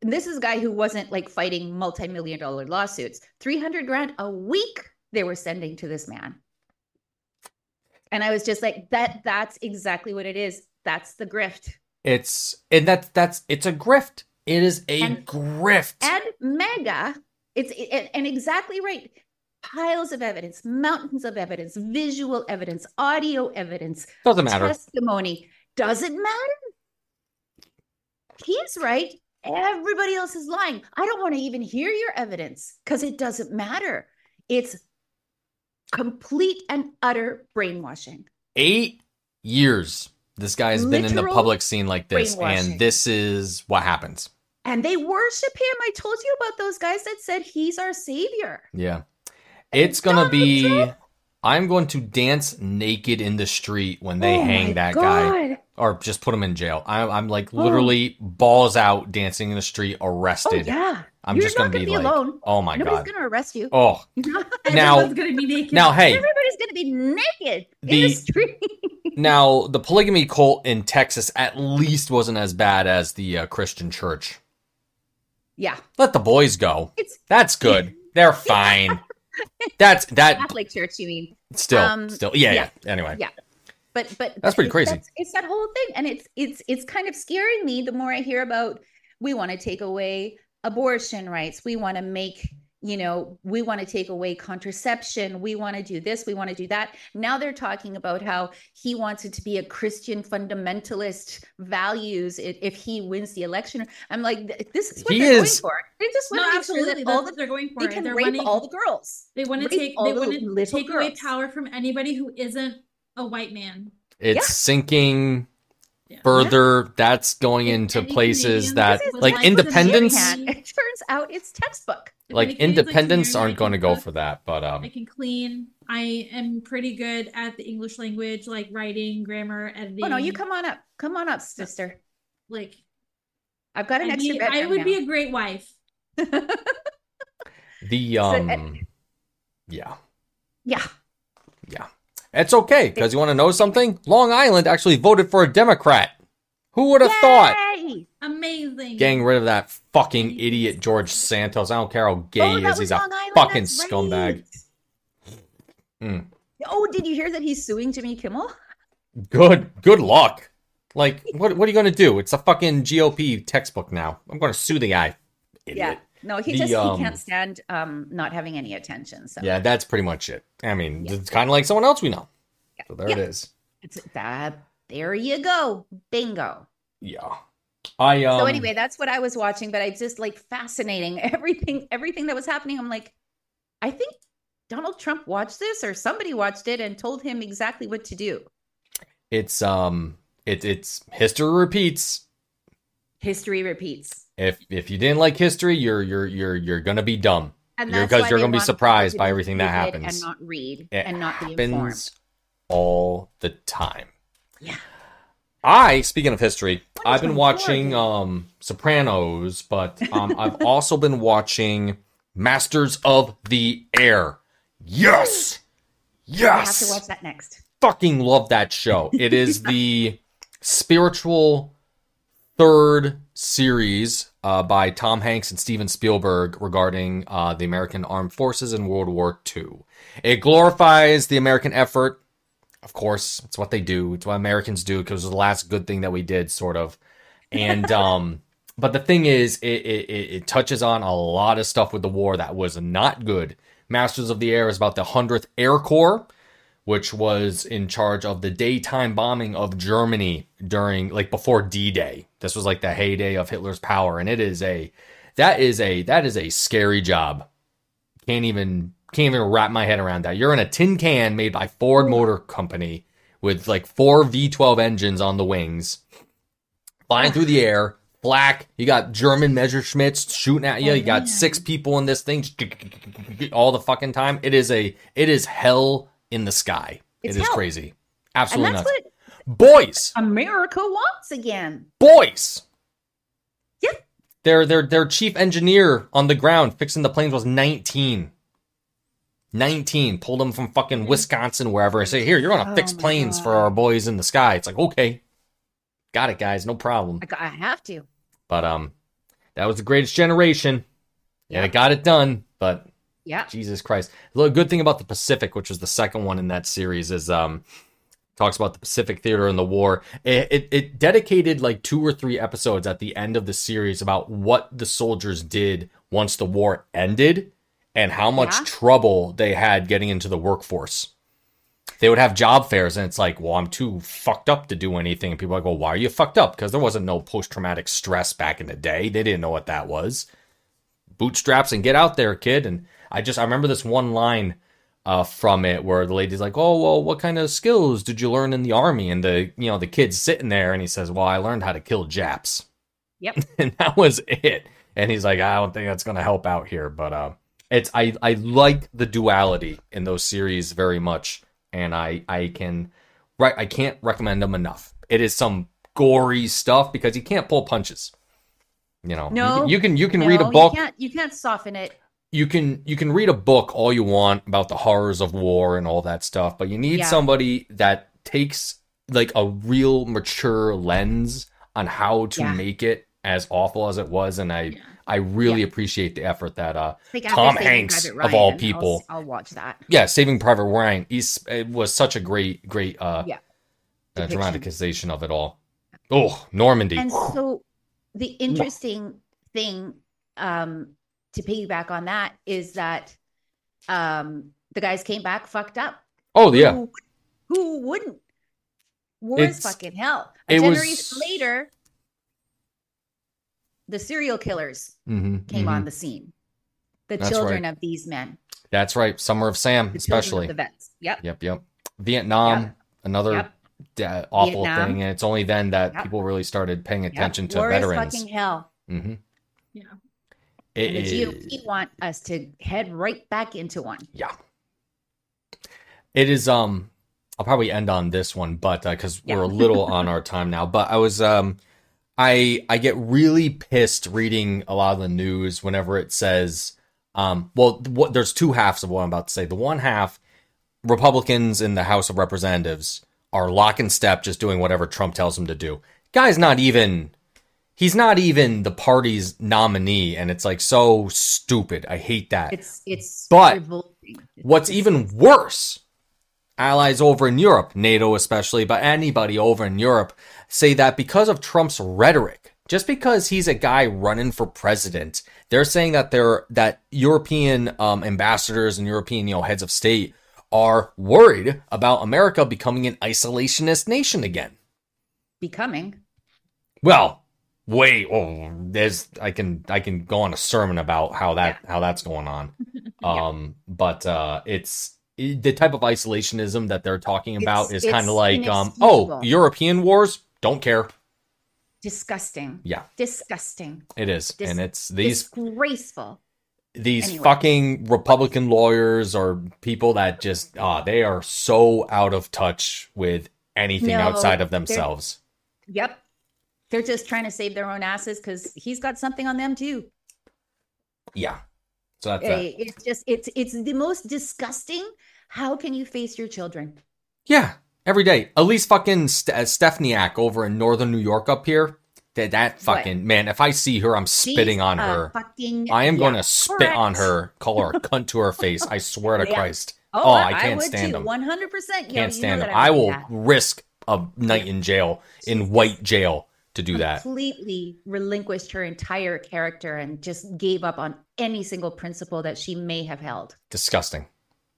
B: And this is a guy who wasn't like fighting multi-million dollar lawsuits. 300 grand a week they were sending to this man and i was just like that that's exactly what it is that's the grift
A: It's and that's that's it's a grift. It is a
B: And-
A: grift.
B: and mega it's and, and exactly right piles of evidence mountains of evidence visual evidence audio evidence
A: Doesn't matter.
B: testimony doesn't matter he's right everybody else is lying i don't want to even hear your evidence because it doesn't matter it's complete and utter brainwashing
A: Eight years this guy has been in the
B: Literal
A: public scene like this,
B: brainwashing.
A: and this is what happens.
B: and they worship him. I told you about those guys that said he's our savior.
A: Yeah. It's gonna
B: Donald
A: be
B: Trump?
A: I'm going to dance naked in the street when they
B: Oh my
A: hang that guy
B: God.
A: or just put him in jail. I'm, I'm like literally balls out dancing in the street,
B: Oh
A: arrested.
B: yeah,
A: I'm
B: You're
A: just
B: not
A: gonna
B: gonna
A: be,
B: be
A: like,
B: alone.
A: oh my
B: nobody's
A: god.
B: gonna arrest you.
A: Oh, Now-
C: Everyone's gonna be naked.
A: now hey,
B: Everybody's gonna be naked in
A: The-
B: the street.
A: now the polygamy cult in Texas at least wasn't as bad as the uh, Christian church.
B: yeah,
A: Let the boys go.
B: it's
A: That's good. They're fine. That's that
B: Catholic church. You mean?
A: still
B: Um,
A: still yeah, yeah
B: yeah.
A: anyway.
B: Yeah. but but
A: That's pretty
B: it's-
A: crazy.
B: it's that whole thing, and it's it's it's kind of scaring me. The more I hear about, we want to take away abortion rights. We want to make you know we want to take away contraception. We want to do this. We want to do that. Now they're talking about how he wants it to be a Christian fundamentalist values i- if he wins the election. I'm like, th- this is what
A: He
B: they're
A: is-
B: going for. They just want
C: No,
B: to make sure
C: absolutely.
B: that
C: That's
B: all
C: what
B: the
C: they're going for.
B: they can
C: they're
B: rape
C: wanting-
B: all the girls.
C: They want to
B: rape
C: take.
B: all
C: They
B: the
C: want to
B: little
C: take away
B: girls.
C: power from anybody who isn't a white man.
A: It's
B: Yeah.
A: sinking
C: Yeah.
A: further. That's going into
C: Any
A: places
C: Canadian
A: that
C: that would
A: Uh, like
C: like to
A: independence
C: marry
B: It turns out it's textbook.
C: If
A: like
C: any kids like to
A: independence
C: marry, I
A: aren't
C: can
A: going to go
C: cook.
A: for that, but
C: I
A: um
C: can clean. I am pretty good at the English language, like writing, grammar, editing.
B: Oh no, you come on up. Come on up, sister.
C: Like
B: I've got an
C: I'd
B: extra
C: be-
B: bedroom
C: I would
B: now.
C: be a great wife.
A: the
B: So,
A: um
B: uh,
A: yeah.
B: yeah.
A: It's okay because you want to know something? Long Island actually voted for a Democrat. Who would have thought?
B: Yay! Oh,
C: Amazing.
A: Getting rid of that fucking idiot George Santos. I don't care how gay
B: Oh,
A: he
B: that
A: is. He's
B: was
A: a
B: Long Island,
A: fucking
B: that's right.
A: scumbag. Mm.
B: Oh, did you hear that he's suing Jimmy Kimmel?
A: good good luck. Like what what are you gonna do? It's a fucking GOP textbook now. I'm gonna sue the guy. Idiot.
B: Yeah. No, he
A: The,
B: just
A: um,
B: he can't stand um not having any attention. So
A: Yeah, that's pretty much it. I mean, it's kind of like someone else we know. So there it
B: Yeah.
A: is.
B: it's that there you go. Bingo.
A: Yeah. I um
B: so anyway, that's what I was watching, but I just like fascinating everything, everything that was happening. I'm like, I think Donald Trump watched this or somebody watched it and told him exactly what to do.
A: it's um it, it's history repeats.
B: History repeats.
A: If if you didn't like history, you're you're you're you're gonna be dumb.
B: And
A: You're-
B: that's
A: 'cause
B: why
A: you're
B: they
A: gonna be
B: want
A: surprised
B: people
A: by
B: to
A: everything that
B: read it
A: happens.
B: and not read
A: It
B: and not be informed.
A: happens all the time.
B: Yeah.
A: I speaking of history, I've been
B: my
A: watching
B: God.
A: um Sopranos, but um I've also been watching Masters of the Air. Yes.
B: I
A: Yes
B: have to watch that next.
A: fucking love that show. It is the spiritual third series uh, by Tom Hanks and Steven Spielberg regarding uh, the American Armed Forces in World War II. It glorifies the American effort. Of course, it's what they do. It's what Americans do because it was the last good thing that we did, sort of. And um, but the thing is, it, it it it touches on a lot of stuff with the war that was not good. Masters of the Air is about the hundredth Air Corps, which was in charge of the daytime bombing of Germany during like before D-Day. This was like the heyday of Hitler's power and it is a that is a that is a scary job. Can't even can't even wrap my head around that. You're in a tin can made by Ford Motor Company with like four V12 engines on the wings, flying through the air. Black. You got German Messerschmitts shooting at you.
C: Oh,
A: You got
C: man.
A: six people in this thing all the fucking time. It is a it is hell in the sky.
B: It's
A: it is
B: hell.
A: crazy.
B: and
A: Absolutely
B: that's
A: nuts.
B: what
A: boys,
B: America wants again.
A: boys.
B: Yeah.
A: Their their their chief engineer on the ground fixing the planes was 19. 19 pulled him from fucking Wisconsin wherever. I say, "Here, you're going to
B: Oh
A: fix
B: my
A: planes for
B: God.
A: our boys in the sky." It's like, "Okay. Got it, guys. No problem."
B: I, got, I have to.
A: But um, that was the greatest generation. Yeah, they got it done. But
B: Yeah.
A: Jesus Christ, the good thing about the Pacific, which was the second one in that series, is um, talks about the Pacific theater and the war. It, it it dedicated like two or three episodes at the end of the series about what the soldiers did once the war ended and how much
B: Yeah.
A: trouble they had getting into the workforce. They would have job fairs, and it's like, well, I'm too fucked up to do anything. And people are like, well, why are you fucked up? Because there wasn't no post traumatic stress back in the day. They didn't know what that was. Bootstraps and get out there, kid. And I just, I remember this one line uh, from it where the lady's like, oh, well, what kind of skills did you learn in the army? And the, you know, the kid's sitting there and he says, well, I learned how to kill Japs.
B: Yep.
A: and that was it. And he's like, I don't think that's going to help out here. But, um, it's I I like the duality in those series very much, and I I can right I can't recommend them enough. It is some gory stuff because you can't pull punches. You know,
B: No,
A: you, you can you can
B: No,
A: read a book,
B: You can't, you can't soften it.
A: you can you can read a book all you want about the horrors of war and all that stuff, but you need
B: Yeah.
A: somebody that takes like a real mature lens on how to
B: Yeah.
A: make it as awful as it was, and I
C: Yeah.
A: I really appreciate the effort that uh
B: It's like
A: Tom
B: after Saving
A: Hanks,
B: Private
A: of all
B: Ryan, I'll-
A: people.
B: I'll, watch that.
A: yeah, Saving Private Ryan is it was such a great, great uh,
B: Yeah.
A: uh
B: Depiction.
A: dramatization of it all. Oh, Normandy.
B: And so the interesting thing um, to piggyback on that is that um, the guys came back fucked up.
A: oh yeah,
B: Who, who wouldn't? War is
A: It's-
B: fucking hell. A
A: it was-
B: generation later, the serial killers
A: Mhm,
B: came
A: mhm.
B: on the scene. The
A: That's
B: children of these men,
A: That's right. Summer of Sam,
B: the children of
A: especially.
B: the vets. Yep.
A: Yep, yep. Vietnam,
B: Yep.
A: another
B: Yep.
A: da- awful
B: Vietnam.
A: thing, and it's only then that
B: Yep.
A: people really started paying
B: yep.
A: attention to
B: War
A: veterans.
B: is fucking hell.
A: mm-hmm.
C: Yeah.
A: It
B: And the
A: is-
B: GOP want us to head right back into one.
A: Yeah. It is um I'll probably end on this one but uh cuz
B: Yeah.
A: we're a little on our time now but I was um I I get really pissed reading a lot of the news whenever it says um well what there's two halves of what I'm about to say. The one half Republicans in the House of Representatives are lock and step just doing whatever Trump tells them to do. Guy's not even he's not even the party's nominee and it's like so stupid. I hate that.
B: It's it's
A: But
B: revolting.
A: What's even worse, allies over in Europe, NATO especially, but anybody over in Europe, say that because of Trump's rhetoric, just because he's a guy running for president, they're saying that they're that European um, ambassadors and European you know heads of state are worried about America becoming an isolationist nation again.
B: becoming.
A: Well, wait. Oh, there's I can I can go on a sermon about how that how that's going on. Um, but uh, it's it- the type of isolationism that they're talking about
B: It's-
A: is kind
B: it's
A: of like um, oh,
B: inexcusable.
A: European wars don't care.
B: Disgusting.
A: Yeah.
B: Disgusting.
A: It is,
B: Dis-
A: and it's these
B: Disgraceful.
A: these
B: anyway.
A: fucking Republican lawyers or people that just ah they are so out of touch with anything
B: No,
A: outside of
B: they're-
A: themselves.
B: Yep. They're just trying to save their own asses because he's got something on them too.
A: Yeah, so that's that.
B: Eh, It's just it's it's the most disgusting. How can you face your children?
A: Yeah, every day. At least fucking St- uh, Stefaniak over in northern New York up here. That that
B: What?
A: fucking man. If I see her, I'm
B: She's
A: spitting on
B: a
A: her.
B: Fucking
A: I am
B: yeah.
A: going to spit on
B: correct.
A: her, call her a cunt to her face. I swear to
B: Yeah.
A: Christ,
B: Oh,
A: Oh,
B: I,
A: I
B: can't
A: can't
B: would
A: stand
B: stand too.
A: them.
B: One hundred percent.
A: can't stand it. I will risk a night in jail in white jail to do that.
B: Completely relinquished her entire character and just gave up on any single principle that she may have held.
A: Disgusting.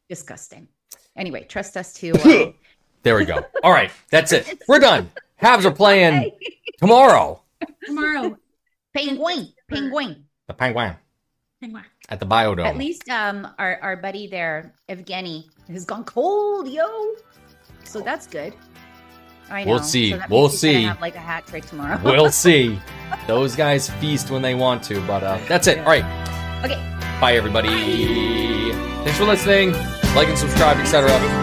B: Disgusting. Anyway, trust us to. Uh,
A: There we go. All right, that's it. We're done. Habs are playing tomorrow.
C: Tomorrow.
B: penguin, penguin.
A: The Penguin.
C: Penguin.
A: at the biodome.
B: At least um our, our buddy there, Evgeny, has gone cold, yo. So that's good. I know.
A: We'll see.
B: So that
A: We'll
B: means he's gonna
A: see.
B: Have, like a hat trick tomorrow.
A: we'll see. Those guys feast when they want to, but uh, that's it. All right.
B: okay.
A: Bye, everybody. Thanks for listening. Like and subscribe, etc.